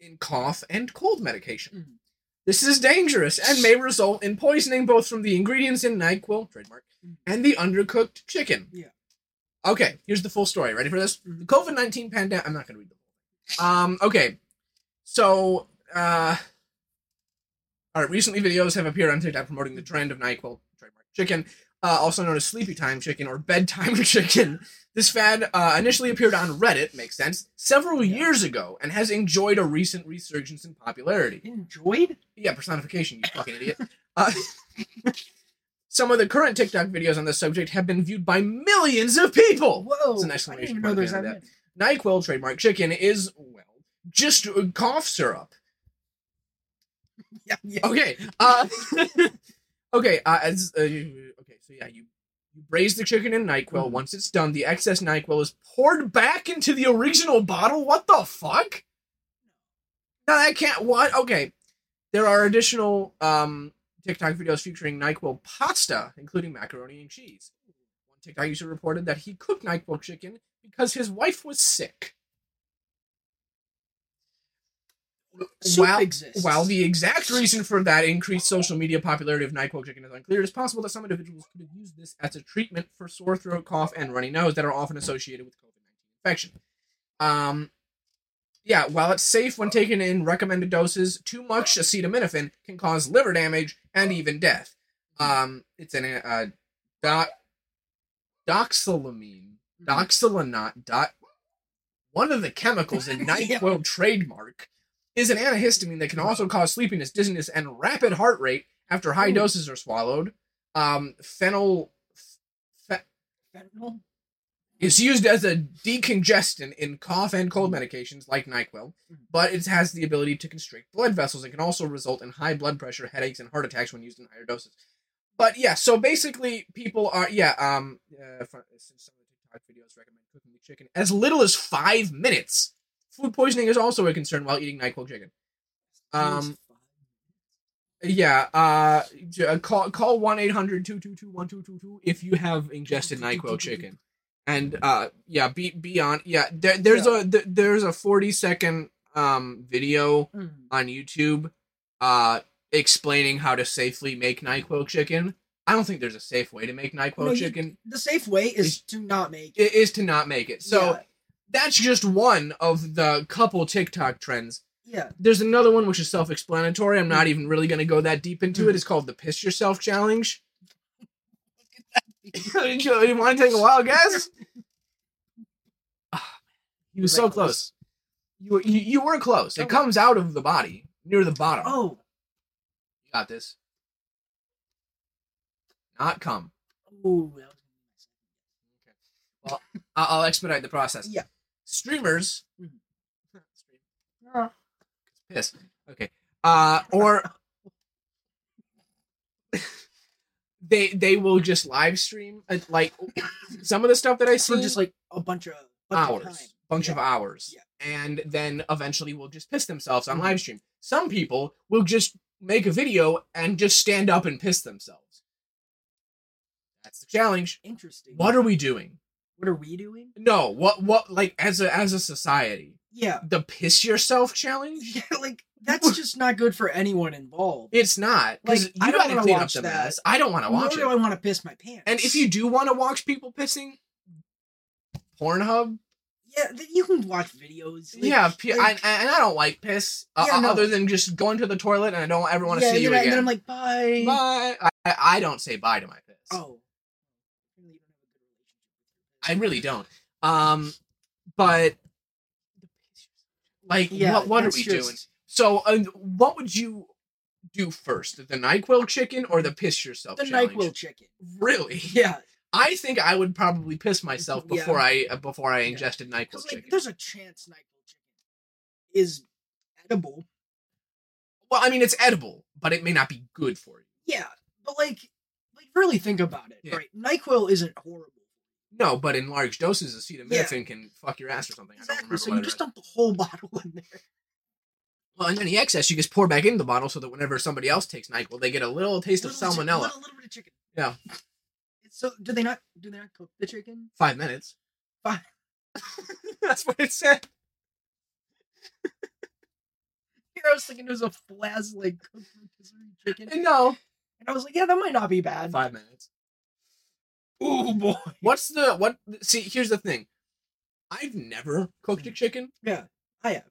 in cough and cold medication.
Mhm.
This is dangerous and may result in poisoning both from the ingredients in NyQuil trademark
Mhm.
and the undercooked chicken.
Yeah.
Okay, here's the full story. Ready for this?
Mhm.
The COVID nineteen pandemic. I'm not going to read the whole Um, okay. So, uh, all right. Recently, videos have appeared on TikTok promoting the trend of NyQuil trademark chicken, uh, also known as sleepy time chicken or bedtime chicken. This fad uh, initially appeared on Reddit, makes sense, several years ago, and has enjoyed a recent resurgence in popularity.
Enjoyed?
Yeah, personification, you fucking idiot. Uh, some of the current TikTok videos on this subject have been viewed by millions of people.
Whoa.
It's an
I
exclamation
didn't even
point
know there's
behind
that.
that.
many.
NyQuil trademark chicken is, well, just uh, cough syrup.
Yeah, yeah.
Okay. Uh, okay. Uh, as, uh, you- okay. So yeah, you you braise the chicken in Nyquil.
Mhm.
Once it's done, the excess Nyquil is poured back into the original bottle. What the fuck? No, I can't. What? Okay. There are additional um, TikTok videos featuring Nyquil pasta, including macaroni and cheese. One TikTok user reported that he cooked Nyquil chicken because his wife was sick.
Soup
Wow.
exists.
While the exact reason for that increased social media popularity of NyQuil chicken is unclear, it's possible that some individuals could have used this as a treatment for sore throat, cough, and runny nose that are often associated with COVID 19 infection. Um, yeah, while it's safe when taken in recommended doses, too much acetaminophen can cause liver damage and even death. Um, it's an uh, doc, doxylamine,
Mm-hmm.
doxylanot, dot, one of the chemicals in
Yeah.
NyQuil trademark is an antihistamine that can also cause sleepiness, dizziness, and rapid heart rate after high
Ooh.
doses are swallowed. Um, phenyl ph-
Fentanyl?
is used as a decongestant in cough and cold medications like NyQuil, but it has the ability to constrict blood vessels and can also result in high blood pressure, headaches, and heart attacks when used in higher doses. But yeah, so basically, people are yeah. Um, uh, fr- since some of the TikTok videos recommend cooking the chicken as little as five minutes. Food poisoning is also a concern while eating NyQuil chicken. Um, Yeah, uh, j- uh, call call one 1222 if you have ingested Nyquil chicken, and uh, yeah, be beyond yeah. There, there's a th- there's a forty second um video
Mm.
on YouTube, uh, explaining how to safely make Nyquil chicken. I don't think there's a safe way to make Nyquil
No, you-
chicken.
The safe way is to not make it.
It is to not make it. So that's just one of the couple TikTok trends
yeah,
there's another one which is self-explanatory. I'm not
Mm.
even really going to go that deep into it. It's called the piss yourself challenge. you want to take a wild guess? Ah, you were so close. You were, you, you were close. It comes out of the body near the bottom.
Oh,
You got this. Not come.
oh, well,
I- I'll expedite the process.
Yeah.
Streamers.
Mhm.
Stream. Piss. Okay. Uh, or they they will just live stream uh, like some of the stuff that I see
for just like a bunch of bunch of
hours,
time.
bunch of hours,
Yeah. Mm-hmm.
and then eventually will just piss themselves on live stream. Some people will just make a video and just stand up and piss themselves. That's the challenge.
Interesting.
What are we doing?
what are we doing?
No, what what like as a as a society,
Yeah,
the piss yourself challenge?
yeah, like that's just not good for anyone involved.
It's not because
Like,
you
I don't
gotta
wanna
clean up
watch
the
that.
mess. I don't want to watch
Nor
it.
do I want to piss my pants.
And if you do want to watch people pissing, Pornhub.
yeah, th- you can watch videos. like-
yeah, p- I-
like-
and I don't like piss uh,
Yeah,
uh,
no.
other than just going to the toilet, and I don't ever want to
yeah,
see
and
you
then I, and then
again.
I'm like, bye.
bye. I, I I don't say bye to my piss.
Oh.
I really don't. Um, but like,
Yeah,
what what are
that's
we
just-
doing? So, uh, what would you do first, the Nyquil chicken or the piss yourself?
The
challenge?
Nyquil chicken.
Really?
Yeah,
I think I would probably piss myself
Yeah.
before I uh, before I ingested Nyquil
because like,
chicken.
there's a chance Nyquil chicken is edible.
Well, I mean, it's edible, but it may not be good for you.
Yeah, but like, like really think about it.
Yeah.
Right, Nyquil isn't horrible.
No, but in large doses, acetaminophen can fuck your ass or something. I don't
Exactly.
remember
So
what
you
I
just
read.
dump the whole bottle in there.
Well, and any excess, you just pour back into the bottle so that whenever somebody else takes Nyquil, they get a little taste of
Little chi-
salmonella.
little, little bit of chicken.
Yeah.
So do they not? Do they not cook the chicken?
Five minutes.
Five.
That's what it said.
Here I was thinking it was a flas like cooked rotisserie chicken, and
No.
I was like, yeah, that might not be bad.
Five minutes.
Oh boy. Mm.
What's the what? See, here's the thing. I've never cooked a chicken.
Yeah. I have.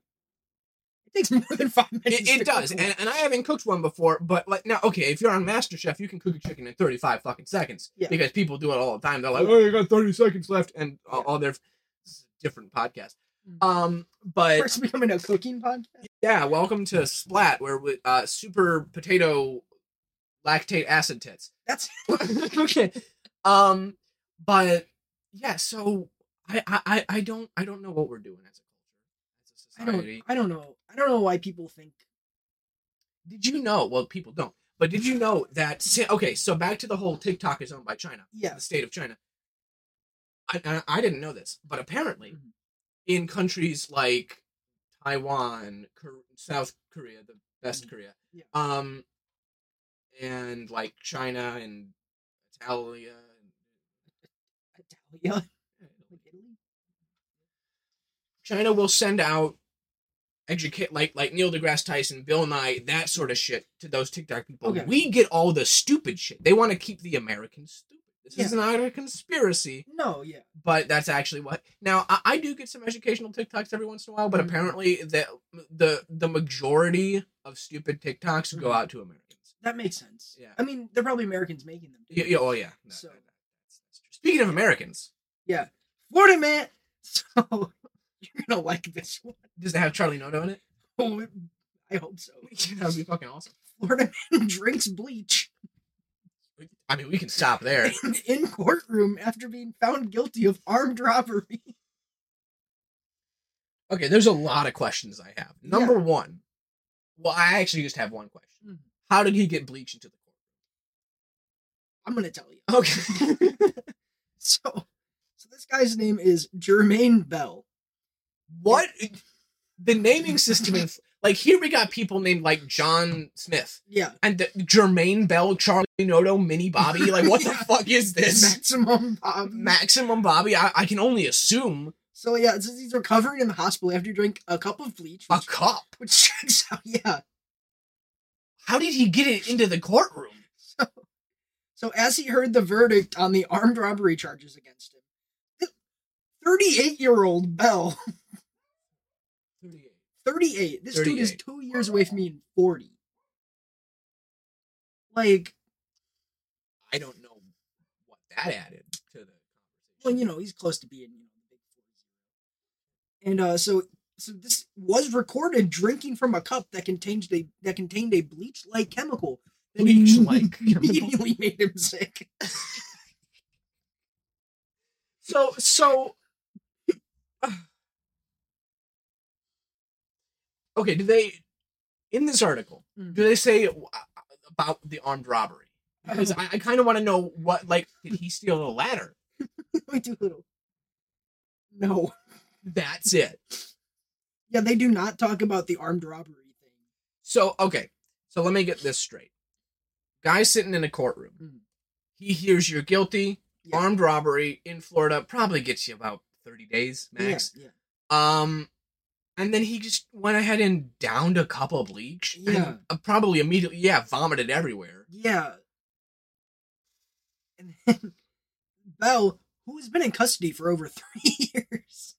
It takes more than five minutes.
It,
to
it does,
cook
and, and I haven't cooked one before. But like now, okay, if you're on MasterChef, you can cook a chicken in 35 fucking seconds
Yeah.
because people do it all the time. They're like, "Oh, you got 30 seconds left," and all, all their this is a different podcast.
Mhm.
Um, but
First becoming a cooking podcast.
yeah, welcome to Splat, where we, uh, super potato lactate acid tits.
That's
okay. Um, but yeah, so I, I- I I don't I don't know what we're doing as a culture, as a
I
society.
don't I don't know. I don't know why people think
Did you know? Well, people don't. But did you know that? si- Okay, so back to the whole TikTok is owned by China,
yeah.
the state of China. I, I, I didn't know this, but apparently,
Mhm.
in countries like Taiwan, Kor- South Korea, the best
Mhm.
Korea,
Yeah.
um, and like China and Italia,
Italia.
and
Like Italy?
China will send out educate like like Neil deGrasse Tyson, Bill Nye, that sort of shit to those TikTok people.
Okay.
We get all the stupid shit. They want to keep the Americans stupid. This
Yeah.
is not a conspiracy,
No, yeah.
but that's actually what. Now I, I do get some educational TikToks every once in a while, but
Mhm.
apparently the the the majority of stupid TikToks go
Mhm.
out to Americans.
That makes sense.
Yeah.
I mean, they're probably Americans making them.
Y- y- oh yeah. No,
So-
no, no. Speaking of Americans,
Florida man. So you're gonna like this
does it have Charlie Noto in it?
one. I hope so.
that would be fucking awesome.
Florida man drinks bleach
I mean, we can stop there.
in, in courtroom after being found guilty of armed robbery.
Okay, there's a lot of questions I have. Number one, well, I actually just have one question.
Mhm.
How did he get bleach into the
I'm gonna tell you.
court? Okay.
So, so this guy's name is Jermaine Bell.
what the naming system in like here we got people named like John Smith
Yeah.
and the, Jermaine Bell, Charlie Noto, Minnie Bobby. Like what the
Yeah.
fuck is this?
Maximum Bob.
Maximum Bobby. I, I can only assume
so yeah, it says he's recovering in the hospital after he drank a cup of bleach,
a
which,
cop.
which checks out. Yeah.
How did he get it into the courtroom?
So as he heard the verdict on the armed robbery charges against him, the 38-year-old Bell, 38. This dude is
38.
two years away from being 40. Like,
I don't know what that added to the
well, you know, he's close to being, you know, the big 40. And uh, so, so this was recorded drinking from a cup that contained a that contained a bleach-like chemical. that
Bleach-like chemical.
immediately made him sick.
So so Okay, do they in this article,
Mm.
do they say w- uh, about the armed robbery? Because I, I kind of want to know what like did he steal a ladder?
Wait, do little. No.
That's it.
Yeah, they do not talk about the armed robbery thing.
So okay, so let me get this straight. Guy sitting in a courtroom.
Mm.
He hears you're guilty,
Yeah.
armed robbery in Florida probably gets you about 30 days max.
Yeah, yeah.
Um, and then he just went ahead and downed a cup of bleach. and,
Yeah.
uh, probably immediately, yeah, vomited everywhere.
Yeah. And then Bell, who has been in custody for over three years.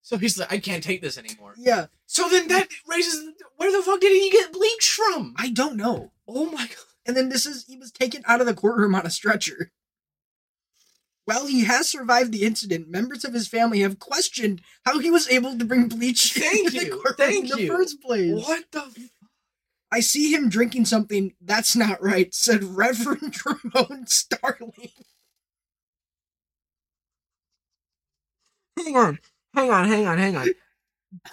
So he's like, I can't take this anymore.
Yeah,
So then that raises, where the fuck did he get bleach from?
I don't know.
oh my god.
And then this is he was taken out of the courtroom on a stretcher. While he has survived the incident, members of his family have questioned how he was able to bring bleach
Thank
into the
you,
courtroom
thank
in the
you.
first place.
What the? F-
I see him drinking something that's not right, said Reverend Ramon Starling.
hang on, hang on, hang on, hang on.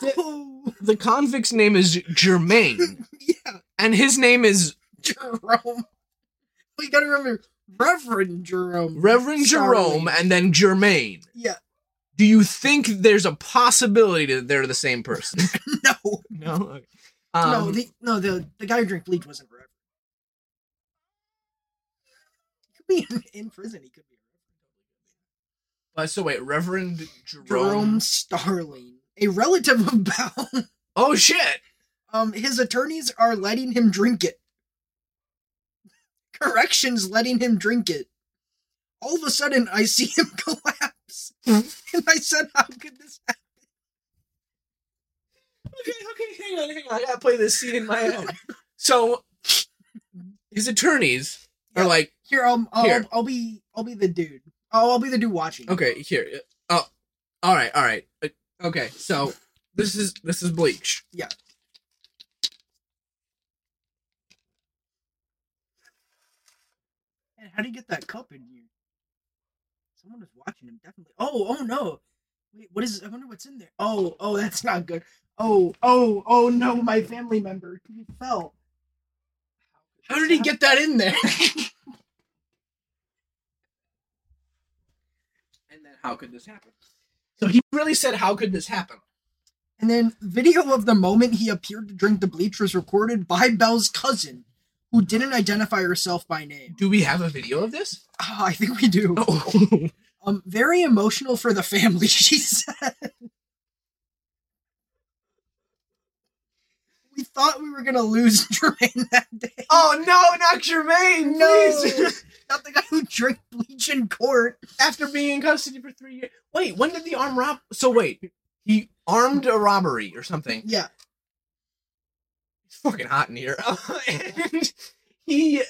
Oh,
The convict's name is Germain,
yeah,
and his name is
Jerome. We gotta remember Reverend Jerome.
Reverend Jerome,
Starling.
and then Germain.
Yeah,
Do you think there's a possibility that they're the same person?
no.
no. Okay. Um,
no, the no the the guy who drank bleach wasn't Reverend. He could be in, in prison, he could be
Uh, so wait, Reverend Jerome.
Jerome, Starling, a relative of Bell.
Oh shit!
Um, his attorneys are letting him drink it. Corrections letting him drink it. All of a sudden, I see him collapse. and I said, How could this happen?
okay, okay, hang on, hang on. I gotta play this scene in my head. So his attorneys are
Yeah.
like,
Here, I'll, I'll,
Here.
I'll be, I'll be the dude. I'll, I'll be the dude watching.
okay, here. uh, Oh, all right, all right. uh, Okay, so this is this is bleach.
Yeah. And how do you get that cup in here? Someone was watching him, definitely. Oh, oh no. Wait, what is? I wonder what's in there. Oh, oh, that's not good. Oh, oh, oh no, my family member he fell. How did he get that in there?
And then how could this happen? So he really said, "How could this happen?"
And then video of the moment he appeared to drink the bleach was recorded by Bell's cousin, who didn't identify herself by name.
Do we have a video of this?
Ah, I think we do.
Oh,
Um, very emotional for the family, she said. we thought we were gonna lose Jermaine that day.
oh no, not Jermaine!
No, not the guy who drank bleach in court.
after being in custody for three years. Wait, when did the armed rob? So wait, he armed a robbery or something.
Yeah,
It's fucking hot in here. and he,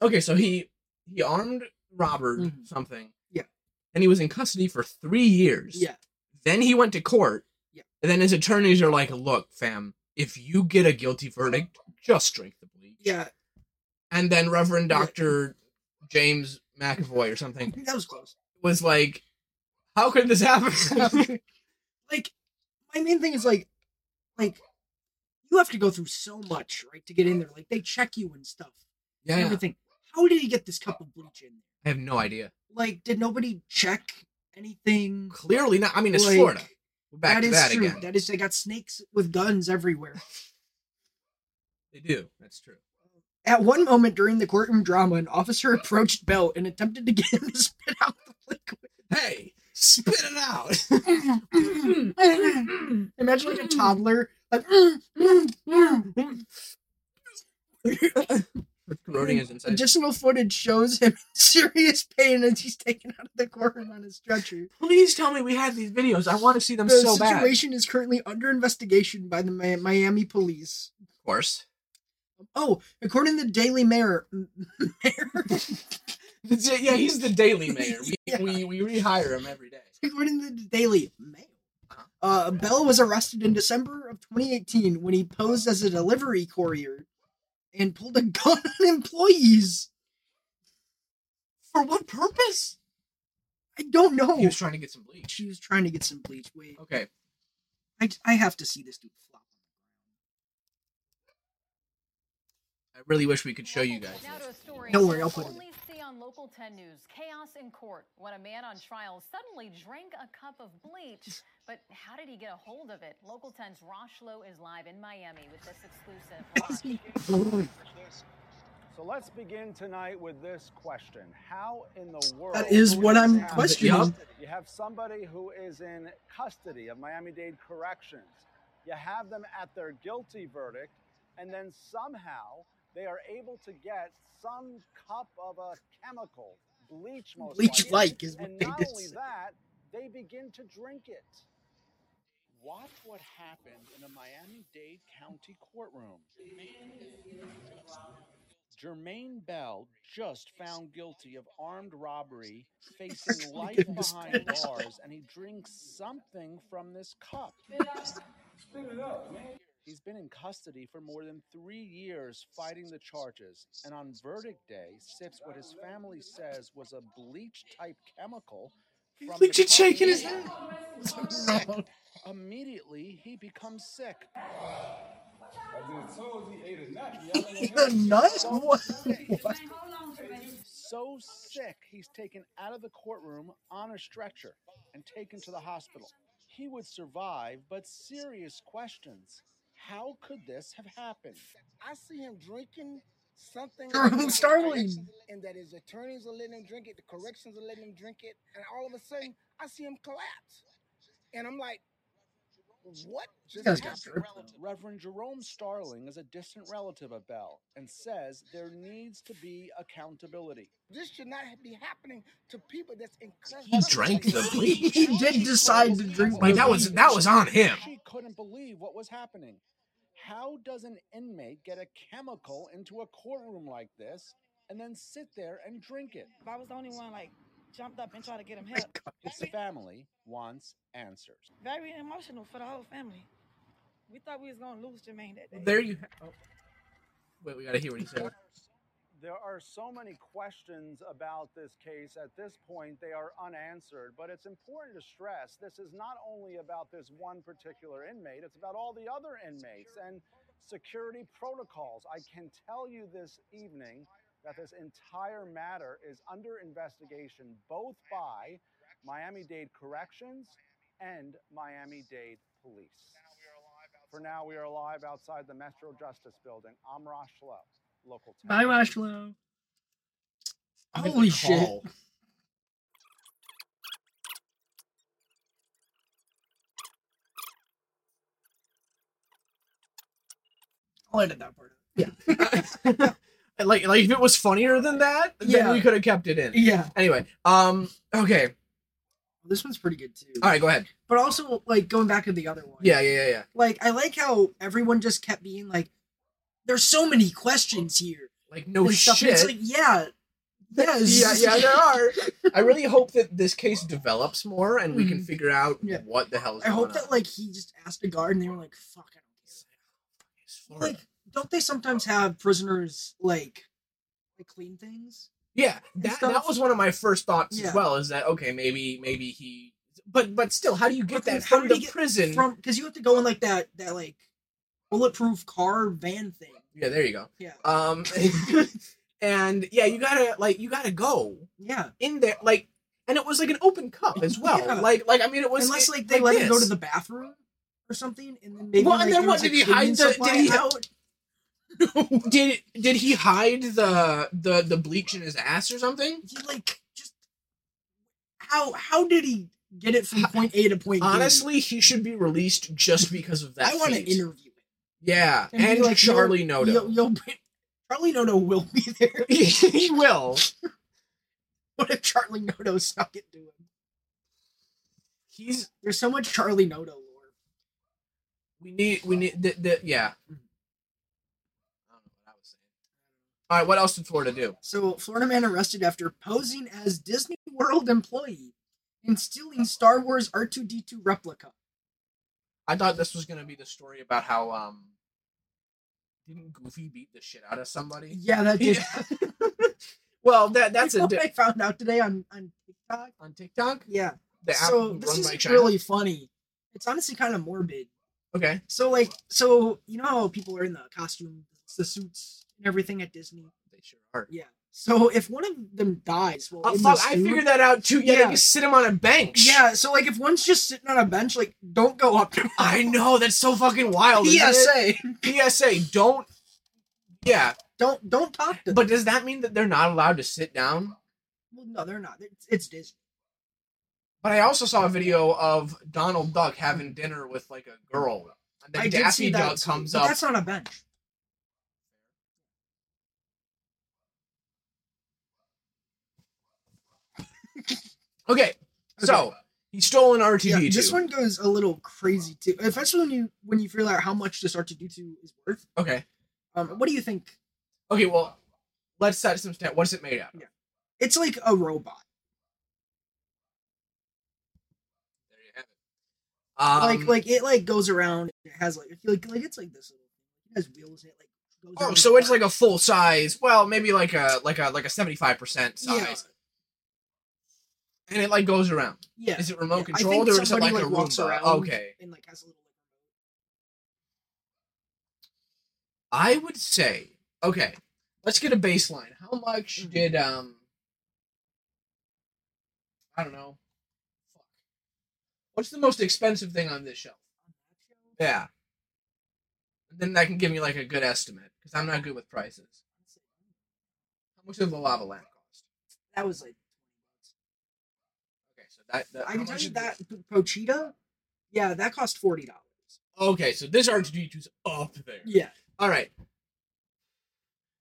okay, so he he armed robbered
Mhm.
something.
Yeah.
and he was in custody for three years.
yeah.
Then he went to court.
Yeah.
And then his attorneys are like, "Look, fam, if you get a guilty verdict, just drink the bleach."
Yeah,
And then Reverend
Yeah.
Doctor James McAvoy or something
that was close.
was like, "How could this happen?"
like, my main thing is like, like, you have to go through so much, right, to get in there. Like, they check you and stuff, and
yeah.
everything. How did he get this cup of bleach in?
I have no idea.
Like, did nobody check anything?
Clearly not. I mean, it's
Like,
Florida. We're back
That
to
is
that
true.
again.
That is, they got snakes with guns everywhere.
They do. That's true.
At one moment during the courtroom drama, an officer approached Bell and attempted to get him to spit out
Hey, spit it out.
the liquid. Imagine like a toddler, like
Corroding his inside.
additional footage shows him in serious pain as he's taken out of the courtroom on his stretcher.
Please tell me we had these videos. I want to see them
the
so bad. Of
situation is currently under investigation by the Mi- Miami police.
course.
Oh, according to the Daily Mayor, Mayor
Yeah, he's the daily mayor. We,
Yeah.
we, we rehire him every day.
According to the Daily Mail,
Uh-huh.
uh, Bell was arrested in December of 2018 when he posed as a delivery courier and pulled a gun on employees.
For what purpose?
I don't know.
He was trying to get some bleach.
she was trying to get some bleach. Wait,
Okay.
I, I have to see this dude flop.
I really wish we could show you guys.
Now to a story
Don't worry, I'll
you'll
put it in.
Only see on local 10 news chaos in court when a man on trial suddenly drank a cup of bleach. But how did he get a hold of it? Local 10's Rosh Lowe is live in Miami with this exclusive. live.
So let's begin tonight with this question. How in the world
That is what I'm
now-
questioning.
You have somebody who is in custody of Miami-Dade Corrections. You have them at their guilty verdict and then somehow they are able to get some cup of a chemical, bleach most
Bleach
likely.
like is what
And
they
not
did.
only that, they begin to drink it. Watch what happened in a Miami Dade County courtroom. Jermaine Bell just found guilty of armed robbery, facing
Actually
life
getting to
behind
Spanish.
bars, and he drinks something from this cup. He's been in custody for more than three years fighting the charges, and on verdict day, sips what his family says was a bleach type chemical. From the
Bleach is
cup
shaking
he
his head.
Immediately, he becomes sick.
The nuts? What?
So sick, he's taken out of the courtroom on a stretcher and taken to the hospital. He would survive, but serious questions. How could this have happened?
I see him drinking something.
Jerome
that the
Starling.
corrections- And that his attorneys are letting him drink it, the corrections are letting him drink it, and all of a sudden I see him collapse. And I'm like, what just
guy's got
happened?
Uh, Reverend Jerome Starling is a distant relative of Bell and says there needs to be accountability.
This should not be happening to people that's in custody.
He drank the bleach.
He did decide to drink
Like that was that was on him.
She couldn't believe believe what was happening. How does an inmate get a chemical into a courtroom like this and then sit there and drink it?
If I was the only one like jumped up and tried to get him help,
His family wants answers.
very emotional for the whole family. We thought we was gonna lose Jermaine that day.
There you. Ha- oh. Wait, we gotta hear what he said.
There are so many questions about this case. At this point, they are unanswered, but it's important to stress this is not only about this one particular inmate, it's about all the other inmates and security protocols. I can tell you this evening that this entire matter is under investigation both by Miami Dade Corrections and Miami Dade Police. For now, we are live outside the Metro Justice Building. I'm Rosh Lowe, local 10.
Bye, Rashlow.
I'm gonna
Holy shit.
call.
I'll edit that part. out.
like, like if it was funnier than that, then
Yeah.
we could have kept it in.
Yeah,
Anyway, um, okay,
this one's pretty good too.
all right, go ahead.
But also, like going back to the other one.
Yeah, yeah, yeah, yeah.
Like I like how everyone just kept being like, "There's so many questions here."
Like no
and stuff. and
Oh, shit.
It's like, yeah, yes,
Yeah, yeah, there are. I really hope that this case develops more and we can figure out
Hmm. Yeah.
what the hell is
I
going
hope
on.
that like he just asked a guard and they were like, "Fuck, I don't
It's
care."
Florida.
Like, don't they sometimes have prisoners like, like clean things?
yeah, that,
stuff.
that was one of my first thoughts
Yeah.
as well. Is that okay? Maybe maybe he, but but still, how do you get
But then
that
how
from
did
the
he get
prison?
From because you have to go in like that that like bulletproof car van thing.
yeah, there you go.
Yeah,
Um, and yeah, you gotta like you gotta go
yeah.
in there like, and it was like an open cup as well.
Yeah.
Like like I mean, it was
Unless
it-
like they let him go
this.
to the bathroom or something, and then maybe
Well, and
like,
then
there was,
what,
like,
did he hide
cleaning
the-
supply
did he-
out.
did did he hide the the the bleach in his ass or something?
He, like just how how did he get it from point A to point B?
Honestly, he should be released just because of that.
I want to
feat.
interview him.
Yeah,
be
and
like, "Yo,
Charlie Noto.
You'll, you'll be- Charlie Noto will be there.
he will.
What if Charlie Noto snuck it to him?
He's.
There's so much Charlie Noto lore.
We need. We need. The, the, yeah. I
Mm-hmm.
don't know what I was saying. All right. What else did Florida do?
So, Florida man arrested after posing as Disney World employee and stealing Star Wars R2D2 replica.
I thought this was gonna be the story about how um. Didn't Goofy beat the shit out of somebody?
Yeah, that did.
well, that that's
You know
a
what
di-
I found out today on on TikTok.
on TikTok.
Yeah.
The app
so
run
this
by
is
China.
really funny. It's honestly kind of morbid.
okay.
So like, so you know how people are in the costume, the suits, and everything at Disney.
They sure are.
Yeah. So if one of them dies, well,
Oh,
in the
fuck, I
suit-
figured that out too. Yeah, they
Yeah.
just sit him on a bench.
Yeah. So like, if one's just sitting on a bench, like, don't go up to him.
I know that's so fucking wild. Isn't
PSA.
it? PSA. Don't. Yeah,
Don't don't talk to. them.
but does that mean that they're not allowed to sit down?
well, no, they're not. It's, it's Disney.
But I also saw a video of Donald Duck having dinner with like a girl, and then
I did
Daffy
see that.
Duck comes
but
up.
That's on a bench.
Okay, so he stole an
Yeah,
RTD.
this one goes a little crazy too, especially when you when you figure out how much this R2D2 is worth.
Okay.
Um, what do you think?
Okay. Well, let's set some stat. What's it made out? of?
Yeah. It's like a robot.
There you have it. Um,
like like it like goes around. It has like it- like like it's like this. little thing. It has wheels. And it like goes.
Oh,
around
so it's like
parts.
a full size. Well, maybe like a like a like a seventy five percent size, and it like goes around.
Yeah. yeah.
Is it remote
Yeah, I think
controlled or is it
somebody,
like, a
like, walks
Roomba?
around.
Okay.
and like has a little.
I would say okay. Let's get a baseline. How much
Mhm.
did um? I don't know. Fuck. What's the most expensive thing on this shelf? Yeah. And then that can give me like a good estimate because I'm not good with prices. How much did the lava lamp cost?
That was like
Okay, so that, that
I
Uh, how
can
much
tell you
did
that Pochita. Yeah, that cost forty dollars.
the- Okay, so this R2D2's up there.
Yeah.
All right.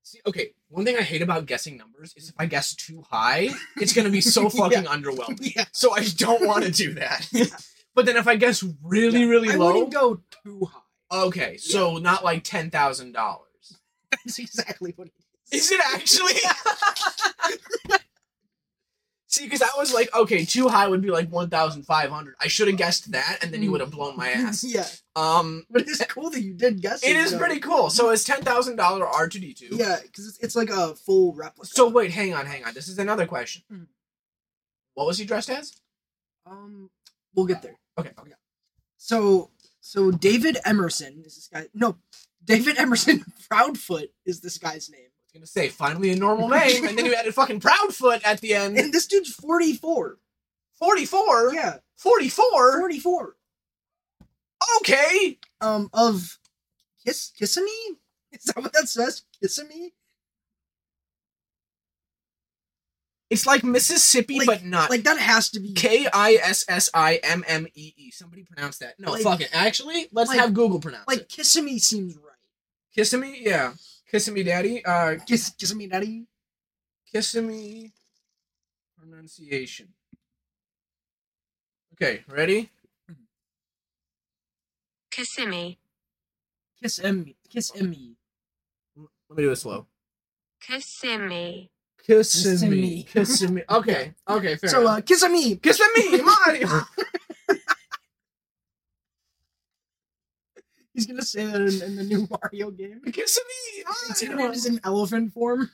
See, okay. One thing I hate about guessing numbers is if I guess too high, it's going to be so fucking underwhelming.
Yeah.
So I don't want to do that. But then if I guess really,
Yeah,
really
I
low,
wouldn't go too high.
okay, so not like ten thousand dollars.
That's exactly what it is.
Is it actually? See, because I was like, okay, too high would be like one thousand five hundred. I should have guessed that, and then you would have blown
Mm.
my ass.
yeah,
Um,
but it's cool that you did guess.
it is
though.
pretty cool. So it's ten thousand dollar R two D two.
Yeah, because it's, it's like a full replica.
So wait, hang on, hang on. This is another question.
Hmm.
What was he dressed as?
um, we'll get there.
Okay. okay.
So so David Emerson is this guy. No, David Emerson Proudfoot is this guy's name,
I was gonna say finally a normal name, and then you added fucking Proudfoot at the end.
and this dude's forty four.
Forty four.
Yeah,
Forty four.
forty four.
Okay.
Um, of Kiss Kissimmee. Is that what that says? Kissimmee.
It's like Mississippi,
Like-
but not
Like E. that has to be.
K I S S I M M E E. Somebody pronounce that. No,
Like-
fuck it. Actually, let's
like-
have Google pronounce
Like
it.
Kissimmee seems right.
Kissimmee, yeah. Kissimmee Daddy. Uh
Kiss Kissimmee Daddy.
Kissimmee pronunciation. Okay, ready?
Kissimmee.
Kiss Emmy. Kiss Emmy.
Let me do it slow.
Kissimmee.
Kissimmee. Kissimmee. Okay. Okay, fair
So
enough.
uh, Kissimmee.
Kissimmee, Mario.
He's gonna say that in, in the new Mario game.
Kissimmee,
It's
Mario.
it is in elephant form.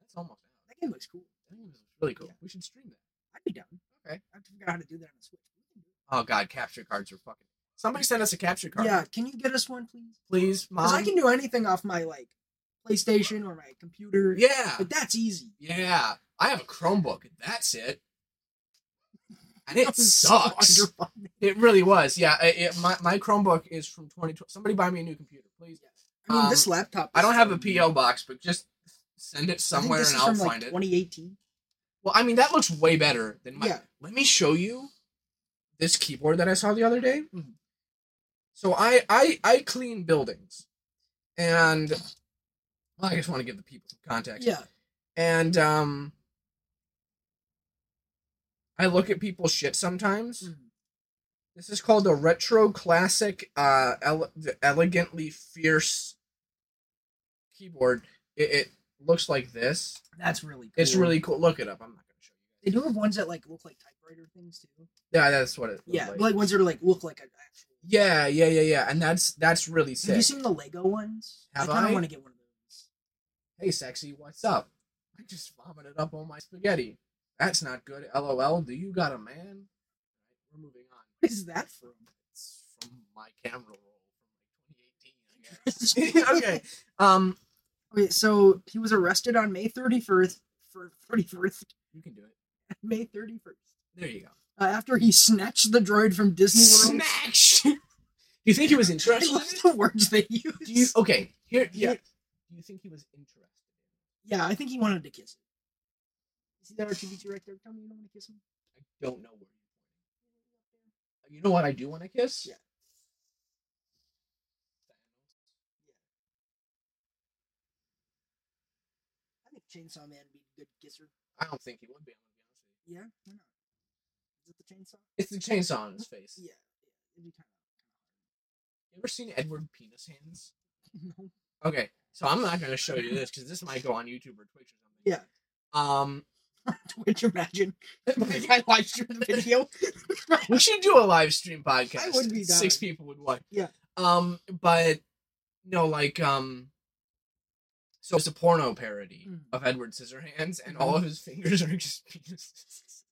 That's almost out.
That game looks cool.
That game is really cool. We should stream that.
I'd be down.
Okay.
I have to figure out how to do that on the Switch.
Oh god, capture cards are fucking. Somebody send us a capture card.
Yeah, can you get us one, please?
Please, mom.
Because I can do anything off my like PlayStation or my computer.
Yeah.
But that's easy.
Yeah, I have a Chromebook. That's it. And it
That was so
sucks.
underfunded.
it really was. Yeah, I- it- my, my Chromebook is from 2012. Somebody buy me a new computer, please.
I mean, this
Um,
laptop.
I don't
is
have a
from-
PO box, but just send it
I think
somewhere
this
and
is
I'll
from, like,
find it.
2018.
Well, I mean, that looks way better than my.
Yeah.
Let me show you this keyboard that I saw the other day.
Mhm.
So I I I clean buildings, and well, I just want to give the people some context.
Yeah.
and um I look at people's shit sometimes.
Mhm.
This is called a retro classic, uh, ele- the elegantly fierce keyboard. It, it looks like this.
That's really cool.
It's really cool. Look it up. I'm not gonna show
They do have ones that like look like typewriter things too.
you. Yeah, that's what it. looked
Yeah,
like.
like ones that are like look like an actual.
yeah, yeah, yeah, yeah. And that's that's really
Have you
sick.
seen the Lego ones?
Have
I kind
I?
of want to get one of those.
hey, sexy, what's up? I just vomited up all my spaghetti. That's not good. LOL. Do you got a man? We're moving on.
What is that from?
It's from my camera roll from 2018, I guess. okay. Um,
Okay, so he was arrested on May 31st for 31st
you can do it.
May 31st
There you go.
uh, after he snatched the droid from Disney World.
Snatched. do you think he was
I
interested?
love the words they use.
do you? Okay. Here.
Yeah.
here- Do you think he was interested?
Yeah, I think he wanted to kiss him. You see that R2D2 right there? Tell me you don't want to kiss him.
I don't know where. You know what I do want to kiss?
Yeah. I think Chainsaw Man would be a good kisser.
I don't think he would be. I'm
Yeah, why not? Is it the chainsaw?
gonna be honest with you. It's the chainsaw on his face.
Yeah, it'd be
You ever seen Edward Penis Hands?
kind of.
Okay, so I'm not gonna show you this because this might go on YouTube or Twitch or something.
Yeah.
Um,
Twitch, imagine. If I live streamed the video.
we should do a live stream podcast.
I would be down.
Six people would watch.
Yeah.
Um, but no, like um, so it's a porno parody
Mhm.
of Edward Scissorhands, and
Mm-hmm.
all of his fingers are just penises.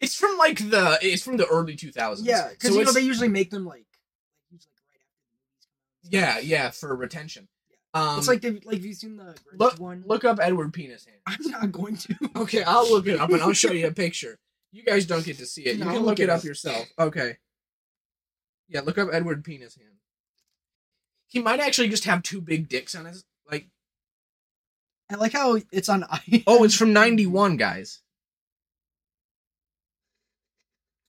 It's from like the it's from the early 2000s.
yeah, because
so
you know
it's-
they usually make them like, like usually right after the movies come out.
yeah yeah for retention. Um,
it's like they like have you seen the Grinch
look
one?
look up Edward Penis Hands.
I'm not going to.
Okay, I'll look it up and I'll show you a picture. You guys don't get to see it. You
No,
can
I'll
look
look
it
it
up
up.
yourself. Okay. Yeah, look up Edward Penis Hand. He might actually just have two big dicks on his like
I like how it's on I.
Oh, it's from 91, guys.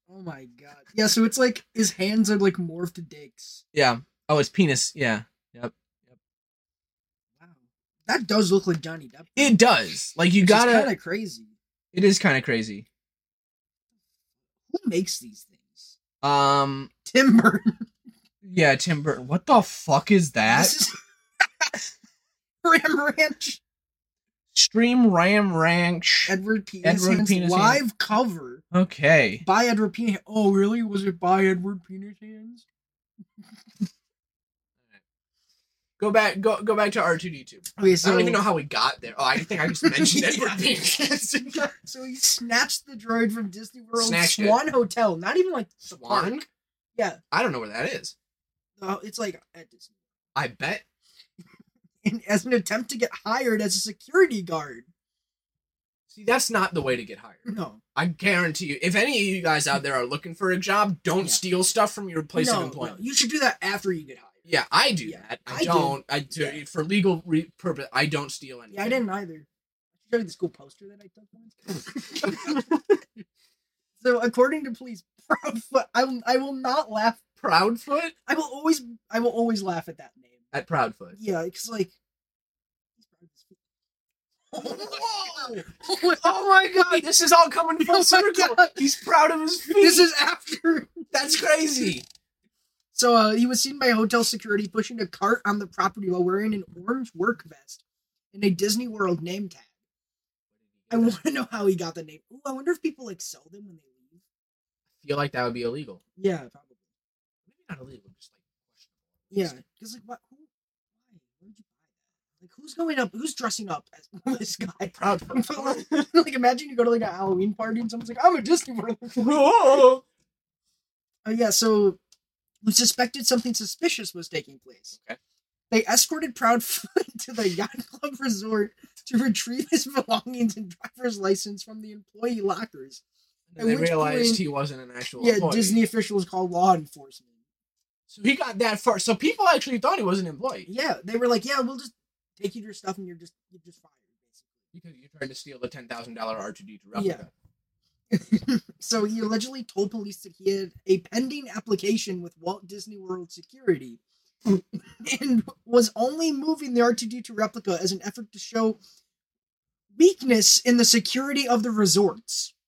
Oh my god. Yeah, so it's like his hands are like morphed dicks.
Yeah. Oh, it's penis. Yeah.
Wow, that does look like Johnny Depp.
It does. Like you got
kind
to
of crazy.
It is kind of crazy.
Who makes these things?
Um,
Tim Burton.
yeah, Tim Burton. What the fuck is that?
This is Ram Ranch.
Stream Ram Ranch.
Edward P.
Edward
Edward
Penis
live
Hands.
cover
Okay.
by Edward Penis. Oh, really? Was it by Edward Penis Hands?
Go back. Go go back to R two D two.
Okay,
I
so
don't even know how we got there. Oh, I think I just mentioned Edward
Yeah.
Penis.
So he snatched the droid from Disney World
Snatched it.
Swan Hotel. Not even like the
Swan.
park. Yeah,
I don't know where that is.
uh, it's like at Disney.
I bet.
And as an attempt to get hired as a security guard.
See, that's not the way to get hired.
No,
I guarantee you. If any of you guys out there are looking for a job, don't
Yeah.
steal stuff from your place
no,
of
no.
employment.
You should do that after you get hired.
Yeah, I do
Yeah,
that. I,
I do.
don't. I do
Yeah.
for legal re- purpose. I don't steal anything.
Yeah, I didn't either. I showed you the school poster that I took once. so according to police, Proudfoot, I will, I will not laugh.
Proudfoot
I will always, I will always laugh at that name.
at Proudfoot.
Yeah, because like.
Whoa! oh my god! This is all coming
Oh my
full circle.
God.
He's proud of his feet.
This is after
that's crazy.
So uh, he was seen by hotel security pushing a cart on the property while wearing an orange work vest and a Disney World name tag. I want to know how he got the name. Ooh, I wonder if people like sell them when they leave.
feel like that would be illegal.
Yeah, probably.
Maybe not illegal, just like
Yeah, because like what? Who? Why? Where'd you buy that? Like who's going up? Who's dressing up as this guy? Proudfoot. like imagine you go to like a Halloween party and someone's like, "I'm a Disney World."
Whoa!
Uh, yeah, so we suspected something suspicious was taking place.
Okay.
They escorted Proudfoot to the yacht club resort to retrieve his belongings and driver's license from the employee lockers. At
And they
which
realized
point-
he wasn't an actual
yeah,
employee.
Disney officials called law enforcement.
So he got that far. So people actually thought he was an employee
Yeah, they were like, "Yeah, we'll just take you to your stuff, and you're just you're just fired."
because you tried to steal the ten thousand dollar R two D two replica.
So he allegedly told police that he had a pending application with Walt Disney World Security and was only moving the R2D2 replica as an effort to show weakness in the security of the resorts.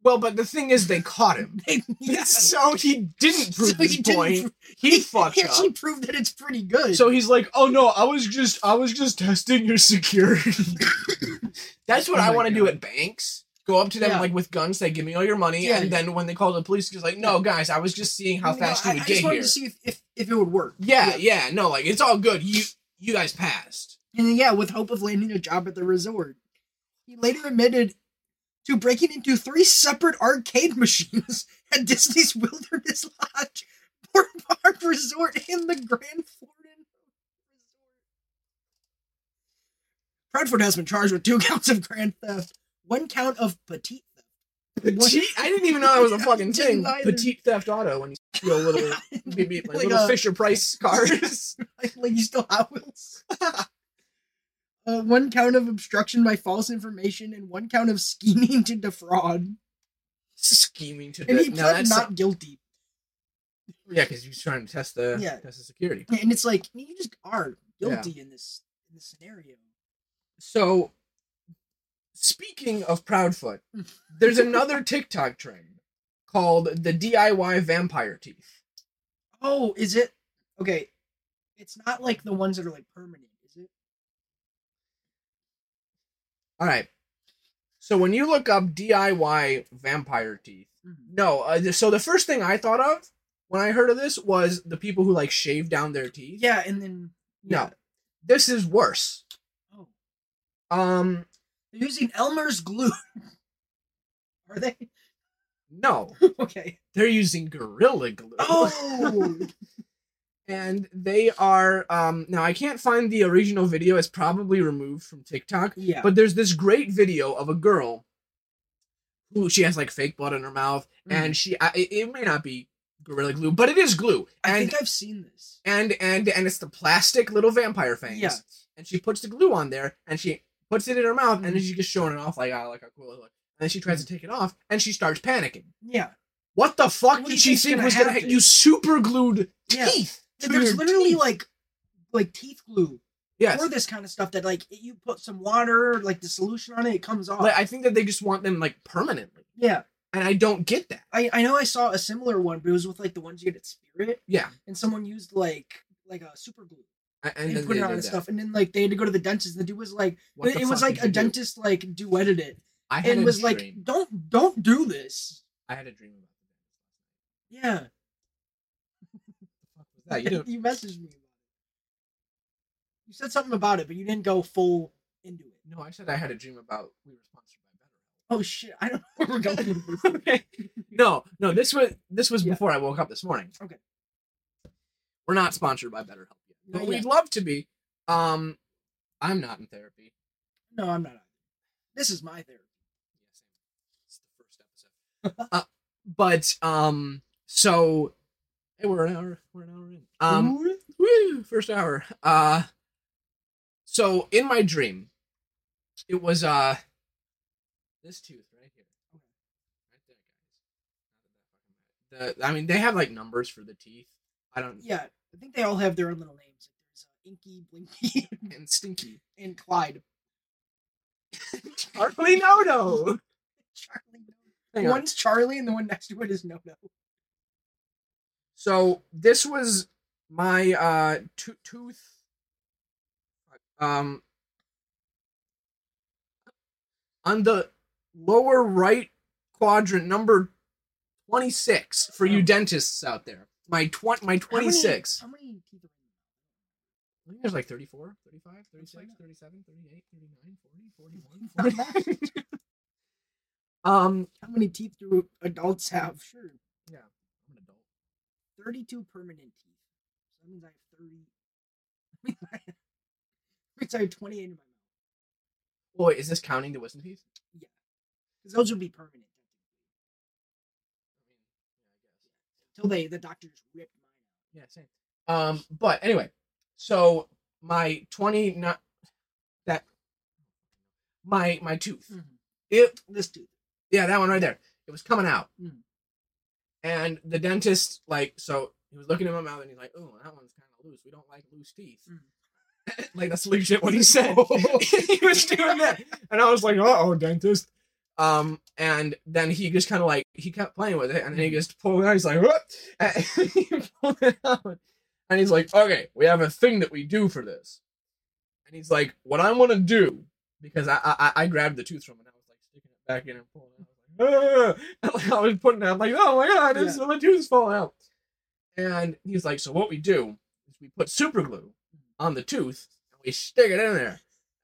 Well, but the thing is, they caught him.
Yes.
So he didn't prove
So
his
he didn't
point.
prove-
he, fucked up.
actually proved that it's pretty good.
So he's like, "Oh no, I was just, I was just testing your security." That's what
Oh
I
my
want to do
God.
at banks. Go up to them
Yeah.
like with guns, say, "Give me all your money,"
Yeah,
and then when they call the police, he's like, "No, guys, I was just seeing how
No,
fast
I,
you
I
would
just
get
wanted
here."
to see if, if, if it would work.
yeah, yeah, no, like it's all good. You, you guys passed.
And then, yeah, with hope of landing a job at the resort. He later admitted to breaking into three separate arcade machines at Disney's Wilderness Lodge, Port Park Resort, and the Grand Floridian Resort. Proudfoot has been charged with two counts of grand theft, one count of petite theft. One-
Gee, I didn't even know that was a fucking
Didn't
thing.
either.
Petite theft auto when you steal little, maybe, like,
Like
little
a-
Fisher Price cars.
like, like you still Hot Wheels. uh, one count of obstruction by false information and one count of scheming to defraud.
Scheming to
And
death.
he
Now
pled
that's
not guilty.
yeah, because he was trying to test the
Yeah.
test the security.
And it's like you just are guilty in this in this scenario.
So, speaking of Proudfoot, there's another TikTok trend called the DIY vampire teeth.
Oh, is it okay? It's not like the ones that are like permanent, is it?
All right. So when you look up DIY vampire teeth, no. Uh, th- so the first thing I thought of when I heard of this was the people who like shave down their teeth.
Yeah, and then
No, this is worse.
Oh,
Um,
they're using Elmer's glue. are they
no,
okay?
they're using gorilla glue.
Oh,
and they are um now I can't find the original video. It's probably removed from TikTok.
yeah.
But there's this great video of a girl who she has like fake blood in her mouth,
Mm.
and she I, it- it may not be gorilla glue, but it is glue,
I
and
think I've seen this.
and and and it's the plastic little vampire fangs.
Yeah.
And she puts the glue on there, and she puts it in her mouth, and then
Mhm.
she's just showing it off like ah like a cool look. And then she tries to take it off, and she starts panicking.
Yeah,
What the fuck
What do
did
you
she
think's
think
gonna
was gonna?
happen?
You super glued
Yeah.
teeth. to
there's
your
literally
teeth.
like like teeth glue
yes.
for this kind of stuff that like you put some water, like the solution on it, it comes off.
Like, I think that they just want them like permanently.
yeah,
and I don't get that.
I, I know I saw a similar one, but it was with like the ones you get at Spirit,
Yeah,
and someone used like like a super glue
A- and,
and,
then
put
they
it on
did
and
that.
stuff, and then like they had to go to the dentist. And the dude was like,
What the
it was
fuck
like
did
a
you do?
dentist like duetted it
I had
and
a
was
dream.
like, don't don't do this.
I had a dream about
Yeah,
that. Yeah, you don't-
you messaged me. You said something about it, but you didn't go full into it.
No, I said I had a dream about we were sponsored by BetterHelp.
Oh shit! I don't know where we're going. with this.
okay. No, no, this was this was
Yeah.
before I woke up this morning.
Okay.
We're not sponsored by BetterHelp yet.
Not
But we'd
yet.
love to be. Um I'm not in therapy.
No, I'm not. This is my therapy.
Yes, It's the first episode. uh, but um so hey, we're an hour we're an hour in. Um Woo! First hour. Uh so in my dream, it was uh this tooth right here. Right there, guys. The I mean they have like numbers for the teeth. I don't
yeah, I think they all have their own little names. There's uh, Inky, Blinky,
and stinky.
and Clyde.
Hardly no no.
Charlie.
Hang on.
One's Charlie, and the one next to it is No No.
So this was my uh to- tooth um on the lower right quadrant number 26 for you dentists out there. My tw- my 26.
How many, how many teeth are
I think there's like 34, 35, 36,
not.
37, 38, 39, 40, 41. 42. um
How many teeth do adults have? Sure,
yeah, I'm an adult.
thirty-two permanent teeth. So that means I have thirty. that means I have twenty-eight in my mouth.
Boy, is this counting the wisdom teeth?
Because those would be permanent until they the doctors rip mine.
Yeah, same. Um, but anyway, so my twenty not that my my tooth.
Mhm.
It
This tooth.
yeah, that one right there. It was coming out,
Mhm.
and the dentist like so he was looking at my mouth and he's like, "Oh, that one's kind of loose. We don't like loose teeth." like that's legit what he said. he was doing that, and I was like, "Uh oh, dentist." Um, and then he just kind of like he kept playing with it, and then he just pulled it out. He's like, "What?" And he pulled it out, and he's like, "Okay, we have a thing that we do for this." And he's like, "What I'm gonna do because I I, I- I grabbed the tooth from it, and I was like sticking it back in and pulling it out. I was like, "Ah!" and like I was putting it, out, like, "Oh my god, this my tooth is falling out." And he's like, "So what we do is we put super glue on the tooth and we stick it in there."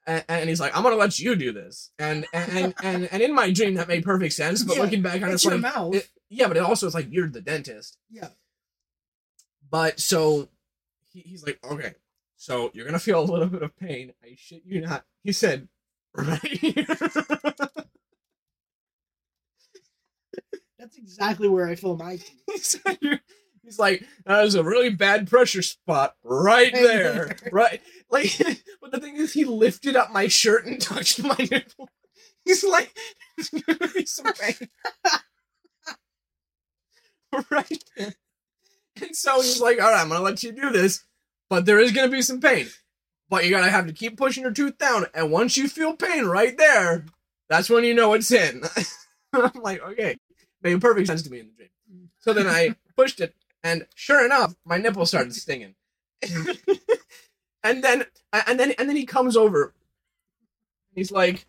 And, and he's like, "I'm gonna let you do this." And and and and in my dream that made perfect sense, but
Yeah,
looking back on it,
It's
it's
your
like,
mouth.
it- yeah, but it also is like you're the dentist.
yeah.
But so he, he's like, okay, so you're gonna feel a little bit of pain. I shit you not. He said, right here.
That's exactly where I feel my teeth.
he said, you're, he's like, that was a really bad pressure spot right
Right
there,
there.
right. Like, but the thing is, he lifted up my shirt and touched my nipple. He's like, there's gonna be some pain. right there. And so he's like, all right, I'm gonna let you do this, but there is gonna be some pain. But you gotta have to keep pushing your tooth down, and once you feel pain right there, that's when you know it's in. I'm like, okay, made perfect sense to me in the dream. So then I pushed it, and sure enough, my nipple started stinging. and then, and then, and then he comes over. He's like,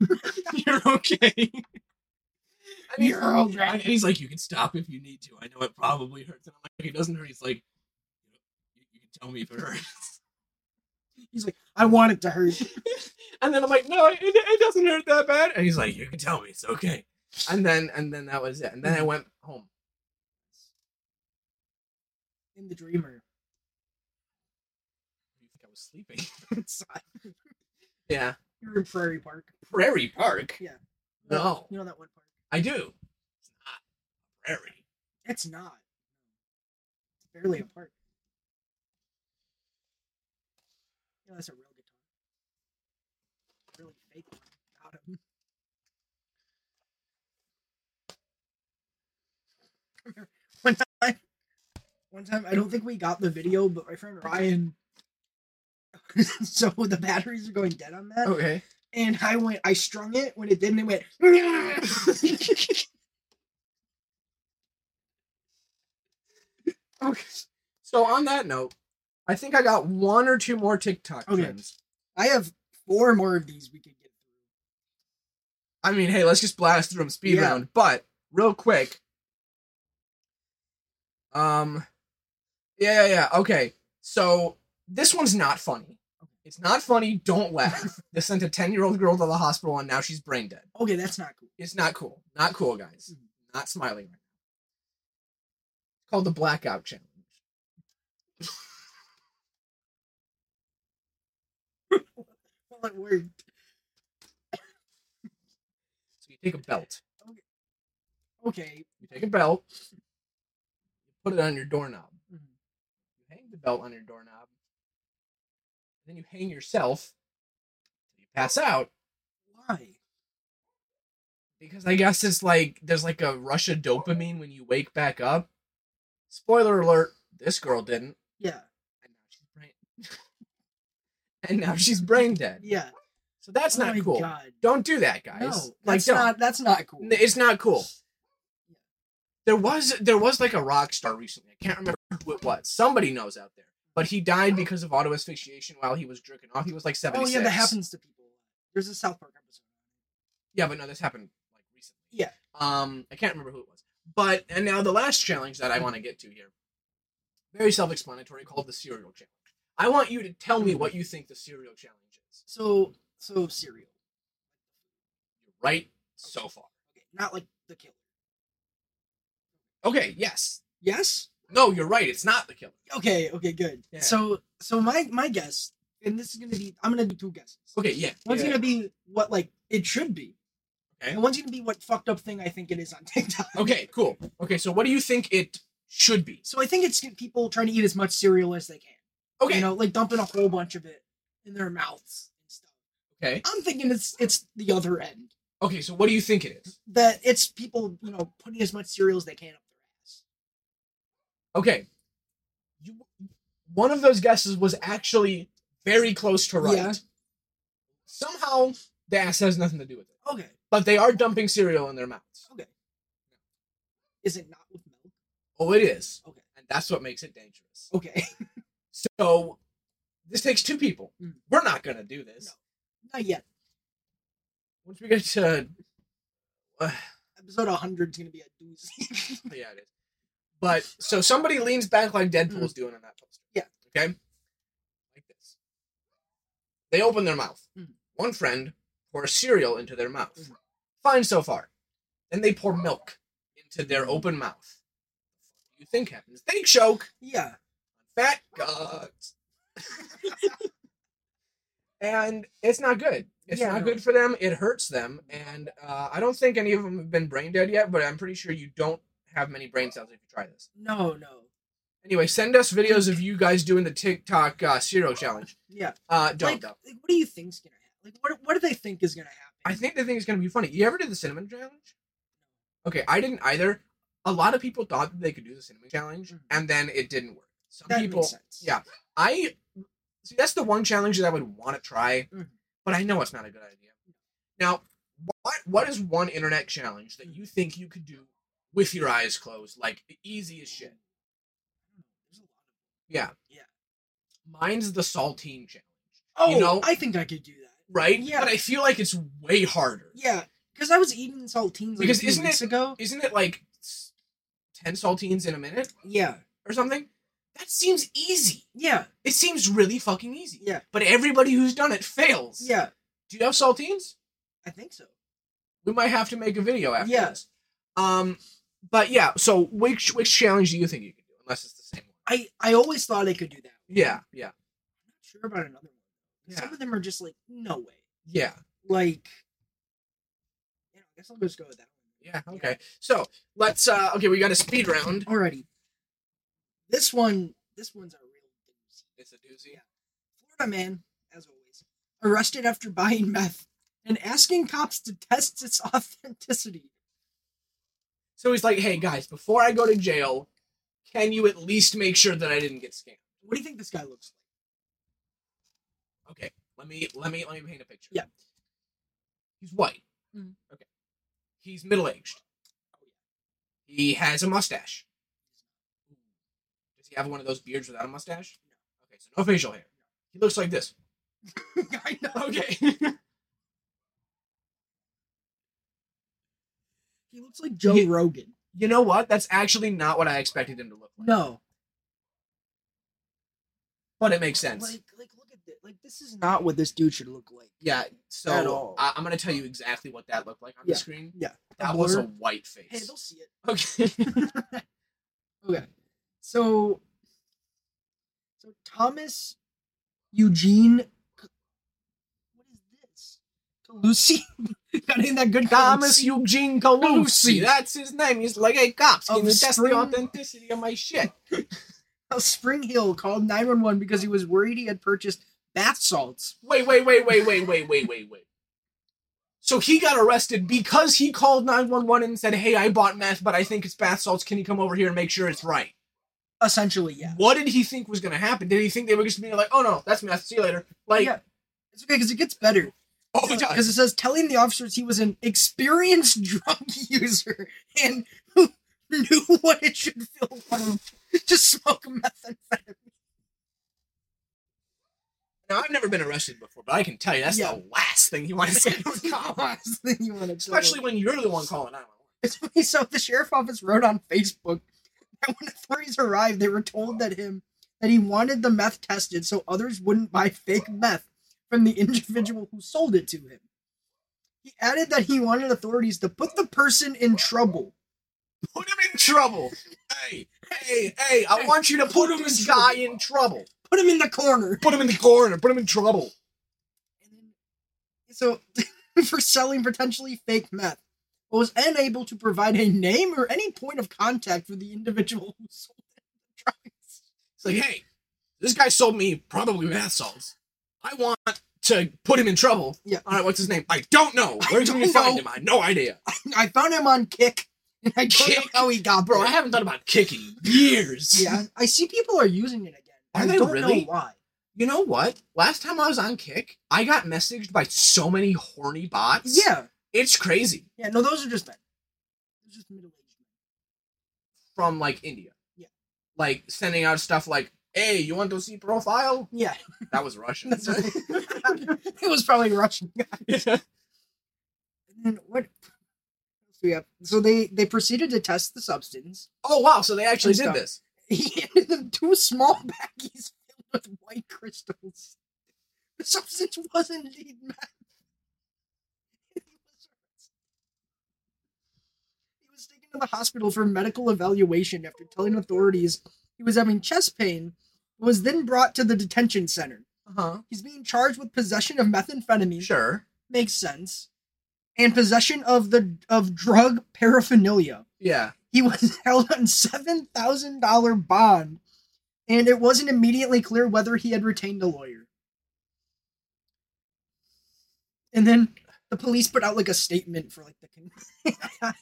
"You're okay." And he's-
You're okay.
And he's like, "You can stop if you need to. I know it probably hurts." And I'm like, "It doesn't hurt." He's like, "You- "You can tell me if it hurts."
He's like, I want it to hurt.
and then I'm like, no, it, it doesn't hurt that bad. And he's like, you can tell me it's okay. And then and then that was it. And then I went home.
In the dreamer.
You think I was sleeping? yeah,
You're in Prairie Park.
Prairie Park.
Yeah.
No,
You know that one park.
I do. It's not prairie.
It's not. It's barely a park. You know, that's a real guitar. Really fake one. Out of one time, one time, I don't think we got the video, but my friend Ryan. so the batteries are going dead on that.
Okay.
and I went, I strung it. When it didn't, it went. okay.
So on that note, I think I got one or two more TikTok
Okay.
trends.
I have four more of these we could get through.
I mean, hey, let's just blast through them speed
Yeah.
round. But real quick, um, yeah, yeah, yeah. Okay, so this one's not funny. It's not funny. Don't laugh. they sent a ten-year-old girl to the hospital, and now she's brain dead.
Okay, that's not cool.
It's not cool. Not cool, guys.
Hmm.
Not smiling right now. It's called the blackout challenge.
Well, it worked.
So you take a belt.
Okay.
You take a belt. You put it on your doorknob.
Mhm.
You hang the belt on your doorknob. Then you hang yourself. You pass out
Why?
because I guess it's like there's like a rush of dopamine when you wake back up. Spoiler alert: this girl didn't,
Yeah.
and now she's brain. and now she's brain dead.
Yeah.
So that's
Oh
not
my
cool.
God.
Don't do that, guys.
No,
like
that's
don't.
not. That's not cool.
N- It's not cool. There was there was like a rock star recently. I can't remember who it was. Somebody knows out there. But he died because of auto asphyxiation while he was jerking off. He was like
oh
76.
yeah, that happens to people. There's a South Park episode.
Yeah, but no, this happened like recently.
Yeah.
Um, I can't remember who it was. But and now the last challenge that I want to get to here, very self-explanatory, called the cereal challenge. I want you to tell me what you think the cereal challenge is.
So so cereal.
You're right so far.
Okay, not like the killer.
Okay. Yes.
Yes.
No, you're right. It's not the killer.
Okay. Okay. Good.
Yeah.
So so my my guess, and this is gonna be I'm gonna do two guesses.
Okay. Yeah.
One's
yeah.
gonna be what like it should be.
Okay.
And one's gonna be what fucked up thing I think it is on TikTok.
Okay, cool. Okay, so what do you think it should be?
So I think it's people trying to eat as much cereal as they can.
Okay.
You know, like dumping a whole bunch of it in their mouths and stuff.
okay.
I'm thinking it's it's the other end.
Okay, so what do you think it is?
That it's people, you know, putting as much cereal as they can up their ass.
Okay. You one of those guesses was actually very close to right.
Yeah.
Somehow the ass has nothing to do with it.
Okay.
But they are dumping cereal in their mouths.
Okay. Is it not with milk?
Oh, it is.
Okay.
And that's what makes it dangerous.
Okay.
So this takes two people.
Mm.
We're not gonna do this.
No. not yet.
Once we get to uh,
Episode 100 is gonna be a doozy.
Yeah, it is. But so somebody leans back like Deadpool's doing on that poster.
Yeah.
Okay. Like this. They open their mouth.
Mm.
One friend pours cereal into their mouth.
Mm.
Fine so far. Then they pour milk into their open mouth. What do you think happens? They choke.
yeah.
Fat guts. and it's not good. It's
Yeah,
not
no.
good for them. It hurts them. And uh, I don't think any of them have been brain dead yet, but I'm pretty sure you don't have many brain cells if you try this.
No, no.
Anyway, send us videos of you guys doing the TikTok uh, cereal challenge.
Yeah.
Uh, don't
like,
though.
like, what do you think's gonna happen? Like, what, what do they think is gonna
I
happen?
think the thing is gonna be funny. You ever did the cinnamon challenge? Okay, I didn't either. A lot of people thought that they could do the cinnamon challenge,
Mhm.
and then it didn't work. Some
that
people,
makes sense.
yeah. I see. That's the one challenge that I would want to try,
Mhm.
but I know it's not a good idea. Now, what what is one internet challenge that
Mm-hmm.
you think you could do with your eyes closed, like easy as shit? Yeah.
Yeah.
Mine's the saltine challenge.
Oh,
You know-
I think I could do that.
right?
Yeah.
But I feel like it's way harder.
Yeah, because I was eating saltines like
Because
a few
isn't
weeks
it-
ago.
Isn't it like s- 10 saltines in a minute
Yeah,
or something? That seems easy.
yeah,
It seems really fucking easy.
Yeah.
But everybody who's done it fails.
yeah.
Do you have saltines?
I think so.
We might have to make a video after
Yeah.
this. Um, but yeah, so which which challenge do you think you can do? Unless it's the same one.
I I always thought I could do that.
Yeah, yeah.
I'm not sure about another one.
Yeah.
Some of them are just like no way.
Yeah.
Like, you know, I guess I'll just go with that
Yeah. Okay. So let's uh okay, we got a speed round.
one. Alrighty, this one this one's a real doozy.
It's a doozy.
Florida man, as always, arrested after buying meth and asking cops to test its authenticity.
So he's like, hey guys, before I go to jail, can you at least make sure that I didn't get scammed?
What do you think this guy looks like?
Okay, let me let me let me paint a picture.
Yeah.
He's white.
Mhm.
Okay. He's middle aged.
Oh,
He has a mustache. Does he have one of those beards without a mustache? Okay, so no facial hair. He looks like this.
I know.
Okay.
He looks like Joe
He-
Rogan.
you know what? That's actually not what I expected him to look like.
No,
But it makes sense.
Like, like, look at this. Like, this is not what this dude should look like.
yeah. So
At all.
I, am gonna tell you exactly what that looked like on
Yeah,
the screen.
yeah.
That was a
blur.
white face.
Hey, they'll see it.
Okay.
Okay. So, so Thomas Eugene. K- What is this? Lucy. Got in that good
Thomas
Calusi.
Eugene
Calusi.
Calusi. That's his name. He's like, hey, cops,
Of
can you test
spring-
the authenticity of my shit?
How Spring Hill called 911 because he was worried he had purchased bath salts.
Wait, wait, wait, wait, wait, wait, wait, wait, wait. So he got arrested because he called 911 and said, hey, I bought meth, but I think it's bath salts. Can you come over here and make sure it's right?
Essentially, yeah.
What did he think was going to happen? Did he think they were just being like, oh, no, that's meth. See you later. Like,
yeah. It's okay because it gets better.
oh, my God.
Because it says telling the officers he was an experienced drug user and who knew what it should feel like to smoke methamphetamine.
Now, I've never been arrested before, but I can tell you that's
Yeah.
the last thing you want to say to a cop.
then you want to
Especially when you're the one calling 911.
It's funny. So the sheriff office wrote on Facebook that when authorities arrived, they were told that him that he wanted the meth tested so others wouldn't buy fake meth from the individual who sold it to him. He added that he wanted authorities to put the person in trouble.
Put him in trouble. Hey, hey, hey, I want you to put him this guy in trouble.
Put him in the corner.
Put him in the corner. Put him in trouble.
And then, so for selling potentially fake meth, but was unable to provide a name or any point of contact for the individual who sold the drugs.
It's like, hey, this guy sold me probably bath salts. I want to put him in trouble.
Yeah.
All right, what's his name? I don't know.
I
Where's going to
don't
find
know.
him? I have no idea.
I found him on Kick, and I don't know
Kick?
how he got
Bro,
there.
I haven't thought about kicking in years.
Yeah, I see people are using it again.
Are
I
they
don't
really?
know why.
You know what? Last time I was on Kick, I got messaged by so many horny bots.
Yeah,
It's crazy.
yeah. No, those are just men. Those are just middle aged
From like India.
Yeah.
Like sending out stuff like, hey, you want to see profile?
men. Yeah,
That was Russian.
that's right. it was probably Russian. And then what? So yeah, so they they proceeded to test the substance.
oh wow, so they actually
And
did
stuff.
this.
He handed them two small baggies filled with white crystals. The substance was indeed meth. It was- He was taken to the hospital for medical evaluation after telling authorities he was having chest pain, but was then brought to the detention center.
Uh-huh.
He's being charged with possession of methamphetamine.
Sure.
Makes sense. And possession of the of drug paraphernalia
Yeah.
he was held on seven thousand dollar bond, and it wasn't immediately clear whether he had retained a lawyer. And then the police put out like a statement for like the com-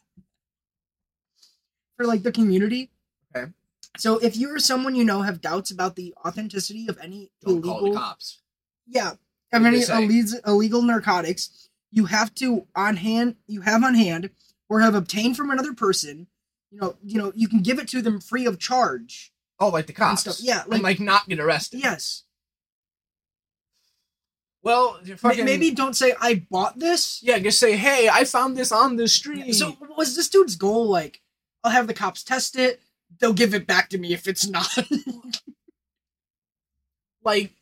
for like the community.
Okay.
So if you or someone you know have doubts about the authenticity of any
Don't
illegal,
call the cops.
yeah,
What
of
did
any
they say?
ille- illegal narcotics, you have to on hand, you have on hand, or have obtained from another person. You know, you know, you can give it to them free of charge.
Oh, like the cops.
stuff. Yeah,
Like,
like-
like not get arrested.
Yes,
Well, you're
Ma-
fucking,
maybe don't say I bought this.
Yeah, just say, hey, I found this on the street.
So was this dude's goal like, I'll have the cops test it. They'll give it back to me if it's not.
like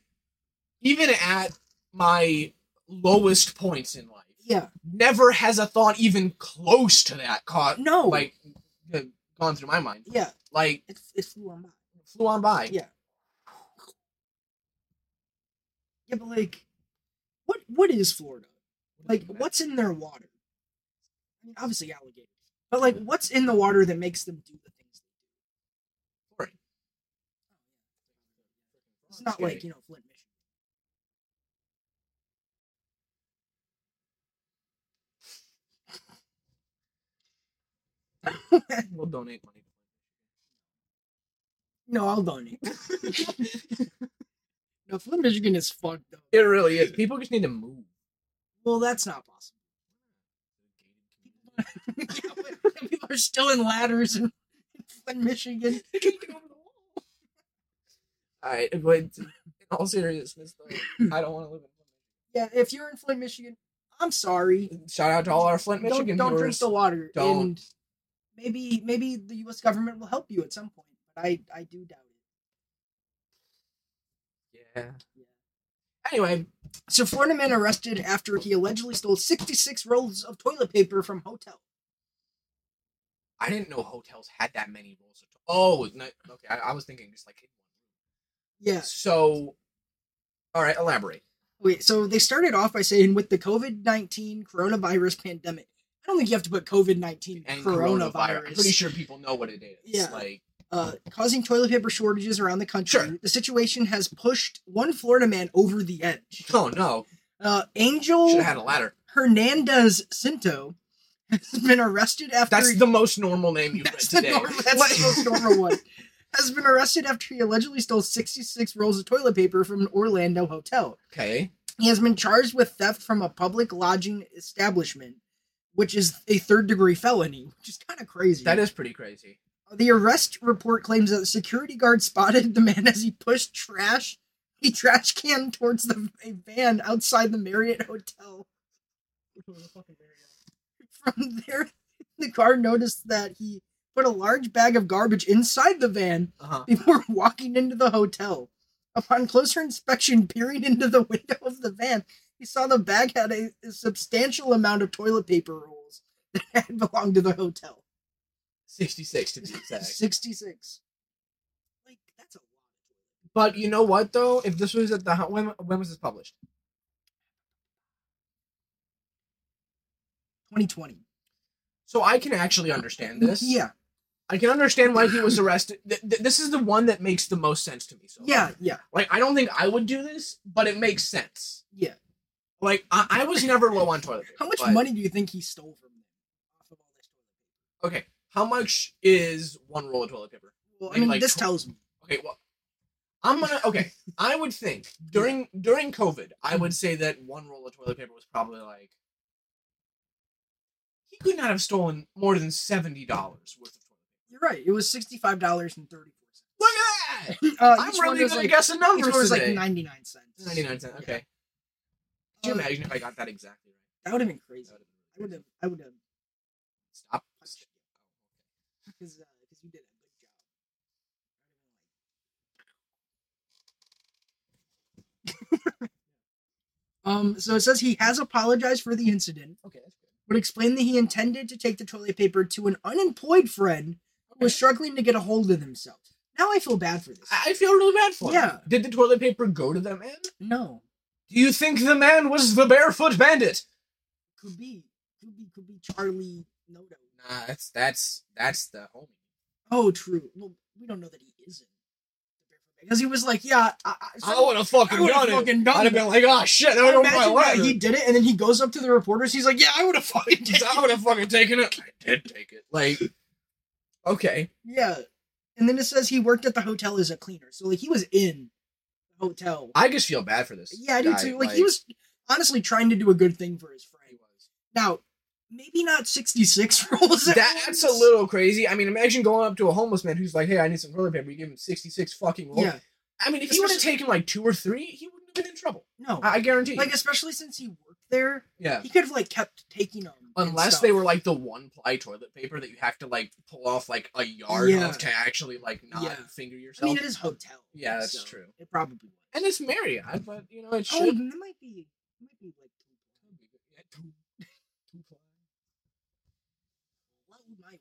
even at my lowest points in life
yeah.
never has a thought even close to that caught
No.
like uh, gone through my mind
Yeah.
like
It's it's flew on by.
flew on by
Yeah. Yeah, but like, what what is Florida? Like, what's in their water? I mean, obviously alligators, but like, what's in the water that makes them do the things?
Right.
It's not like you know Flint, Michigan.
we'll donate money
No, I'll donate. no, Flint, Michigan is fucked though.
it really is people just need to move
Well, that's not possible. People are still in ladders in, in Michigan.
All right, but in all seriousness, though, I don't want to live in.
Yeah, if you're in Flint, Michigan, I'm sorry.
Flint. Shout out to all our Flint,
Don't,
Michigan
don't drink
viewers.
the water.
Don't.
And maybe maybe the U.S. government will help you at some point, but I I do doubt it.
Yeah. Anyway,
So Florida man arrested after he allegedly stole 66 rolls of toilet paper from hotel.
I didn't know hotels had that many rolls. Of oh, no, okay. I, I was thinking just like
Yeah.
so. All right, elaborate.
Wait, so they started off by saying with the COVID 19 coronavirus pandemic. I don't think you have to put COVID 19
And
coronavirus.
coronavirus. I'm pretty sure people know what it is.
Yeah.
Like,
uh, causing toilet paper shortages around the country.
Sure.
The situation has pushed one Florida man over the edge.
oh no,
Uh,
should
Angel
have had a ladder.
Hernandez Cinto has been arrested after.
That's the most normal name you've read
That's the
today.
norm- that's
Like-
the most normal one. Has been arrested after he allegedly stole 66 rolls of toilet paper from an Orlando hotel.
okay.
He has been charged with theft from a public lodging establishment, which is a third degree felony, which is kind of crazy.
That is pretty crazy.
the arrest report claims that the security guard spotted the man as he pushed trash, a trash can towards the a van outside the Marriott Hotel. From there, the guard noticed that he put a large bag of garbage inside the van
Uh-huh.
before walking into the hotel. Upon closer inspection, peering into the window of the van, he saw the bag had a, a substantial amount of toilet paper rolls that had belonged to the hotel.
66 to be exact.
66. Like, that's a lot.
But you know what though? If this was at the ho- when when was this published?
2020.
So I can actually understand this.
Yeah,
I can understand why he was arrested. Th- th- this is the one that makes the most sense to me. So
yeah, yeah,
like I don't think I would do this, but it makes sense.
yeah.
Like I, I was never low on toilet paper.
How much
but-
money do you think he stole from them? Off of all this toilet
Okay, how much is one roll of toilet paper?
paper? Well, I
Maybe
mean,
like
this
tw-
tells me.
Okay, well, I'm gonna. Okay, I would think during during COVID, I would say that one roll of toilet paper was probably like he could not have stolen more than seventy dollars worth of toilet
You're right. It was $65.34.
paper. Look at that!
Uh,
I'm
each one
really
was
gonna
like-
guess a
Each
number
one was like
today.
99 cents.
Ninety-nine cents.
Yeah.
Okay. Could you
Uh,
imagine if I got that exactly right?
That would have been crazy.
That would've been
I would have. I would have.
Stop. oh,
Because uh, 'cause you did a good job. Um, so it says he has apologized for the incident,
Okay, that's good.
but explained that he intended to take the toilet paper to an unemployed friend who was struggling to get a hold of himself. Now I feel bad for this.
I I feel really bad for him.
Yeah.
Did the toilet paper go to that man?
no,
Do you think the man was the barefoot bandit?
could be, could be, could be Charlie Noto.
Nah, that's that's that's the homie.
Oh, true. Well, we don't know that he isn't because he was like, yeah, I, I,
I would have fucking
I would've
done
fucking
it.
done
I'd have
it.
been like, oh shit, that
I
would have my
imagine that
life.
he did it, and then he goes up to the reporters. He's like, "Yeah, I would have fucking." did
I would have fucking taken it. I did take it. Like, okay,
Yeah, and then it says he worked at the hotel as a cleaner, so like he was in the hotel.
I just feel bad for this.
yeah, I do
guy,
too. Like, he was honestly trying to do a good thing for his friend. Now, maybe not sixty six rolls. at
That, that's a
once.
little crazy. I mean, imagine going up to a homeless man who's like, "Hey, I need some toilet paper." You give him sixty-six fucking rolls.
Yeah,
I mean, if he would have taken like two or three, he wouldn't have been in trouble.
no,
I, I guarantee. you.
like especially since he worked there,
yeah.
he could have like kept taking them and
Unless
stuff.
they were like the one ply toilet paper that you have to like pull off like a yard
Yeah.
of to actually like not
Yeah.
finger
I
yourself.
mean, it is hotel.
Yeah, that's true.
It probably. Was.
and it's Marriott, but you know it
Oh,
should.
it might be. It might be like two. Load my webpage.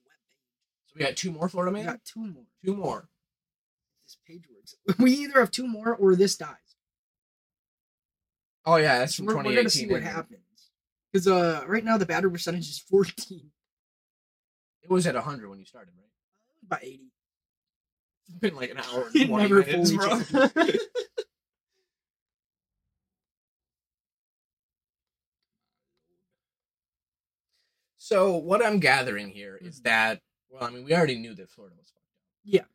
So we got two more Florida
We
man.
got two more.
Two more.
This page works. We either have two more or this dies.
Oh yeah, that's from
we're, we're
2018.
gonna see what
isn't it?
happens. Because uh, right now the batter percentage is 14
It was at 100 when you started, right?
by 80.
It's been like an hour
It
and 20
never
minutes,
fully
bro. so what I'm gathering here
Mm-hmm.
is that well, I mean, we already knew that Florida was fucked up. Yeah.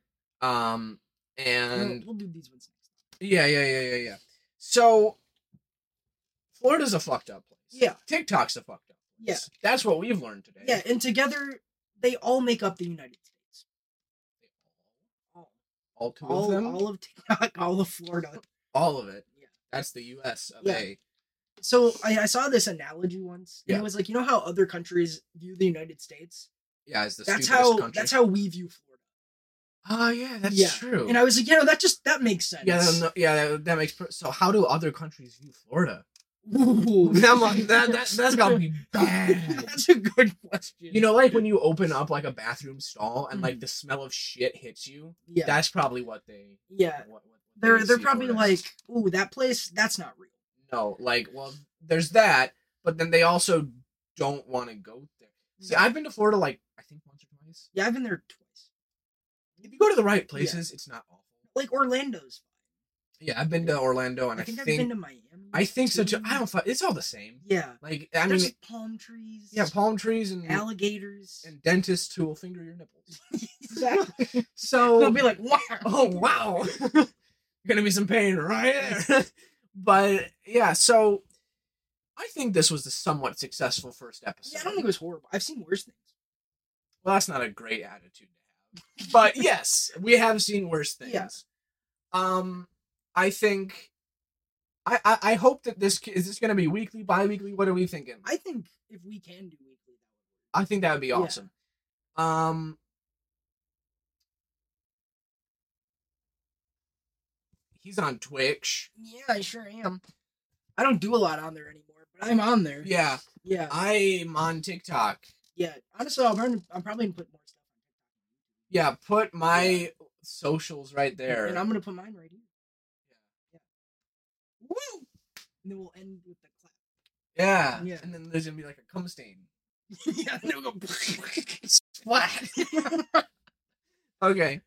Um,
We'll-
and
we'll, do these ones next.
Yeah, yeah, yeah, yeah, yeah. So Florida's a fucked up place.
Yeah.
TikTok's a fucked up place.
Yeah.
That's what we've learned today.
Yeah, and together they all make up the United States.
All two of
All,
them.
all of TikTok, all of Florida.
all of it.
Yeah.
That's the U.S. of
Yeah.
A.
So I, I saw this analogy once. And
Yeah.
It was like you know how other countries view the United States.
Yeah, is the
that's
stupidest
how
country.
that's how we view Florida.
Oh yeah, that's
Yeah.
true.
And I was like, you know, that just that makes sense.
yeah, that- no- yeah, that, that makes. per- So how do other countries view Florida?
Ooh.
I'm like, that, that, that's gotta be bad.
That's a good question.
You know, like when you open up like a bathroom stall and like the smell of shit hits you.
yeah,
That's probably what they.
yeah.
what- what they
They're they're
see
probably
Florida
like,
as.
ooh, that place, that's not real.
no, like well, there's that, but then they also don't want to go there. See, I've been to Florida like I think once or twice.
Yeah, I've been there twice.
If you go to the right places, it's not awful.
Like Orlando's.
Yeah, I've been to Orlando, and
I think I've been to Miami.
I think so too.
too.
I don't. fi- It's all the same.
Yeah.
Like I
There's
mean,
like, palm trees.
yeah, palm trees and
alligators.
and dentists who will finger your nipples.
exactly. They'll
So
be like, wow.
oh wow, gonna be some pain right there. but yeah, so I think this was the somewhat successful first episode.
Yeah, I don't think it was horrible. I've seen worse things.
well, that's not a great attitude to have. But yes, we have seen worse things.
Yeah.
Um, I think. I, I, I hope that this is this gonna be weekly, bi-weekly. What are we thinking?
I think if we can do weekly,
I think that would be
Yeah.
awesome. Um He's on Twitch.
yeah, I sure am. I don't do a lot on there anymore, but I'm on there.
Yeah,
yeah,
I'm on TikTok.
yeah. Honestly, I'll probably, I'm probably gonna put more stuff.
Yeah, put my socials right
on there.
there.
and I'm gonna put mine right here. Yeah, yeah. Woo! And then we'll end with the clap.
yeah.
Yeah.
and then there's gonna be like a cum stain.
yeah, and then we'll go.
Splat. okay,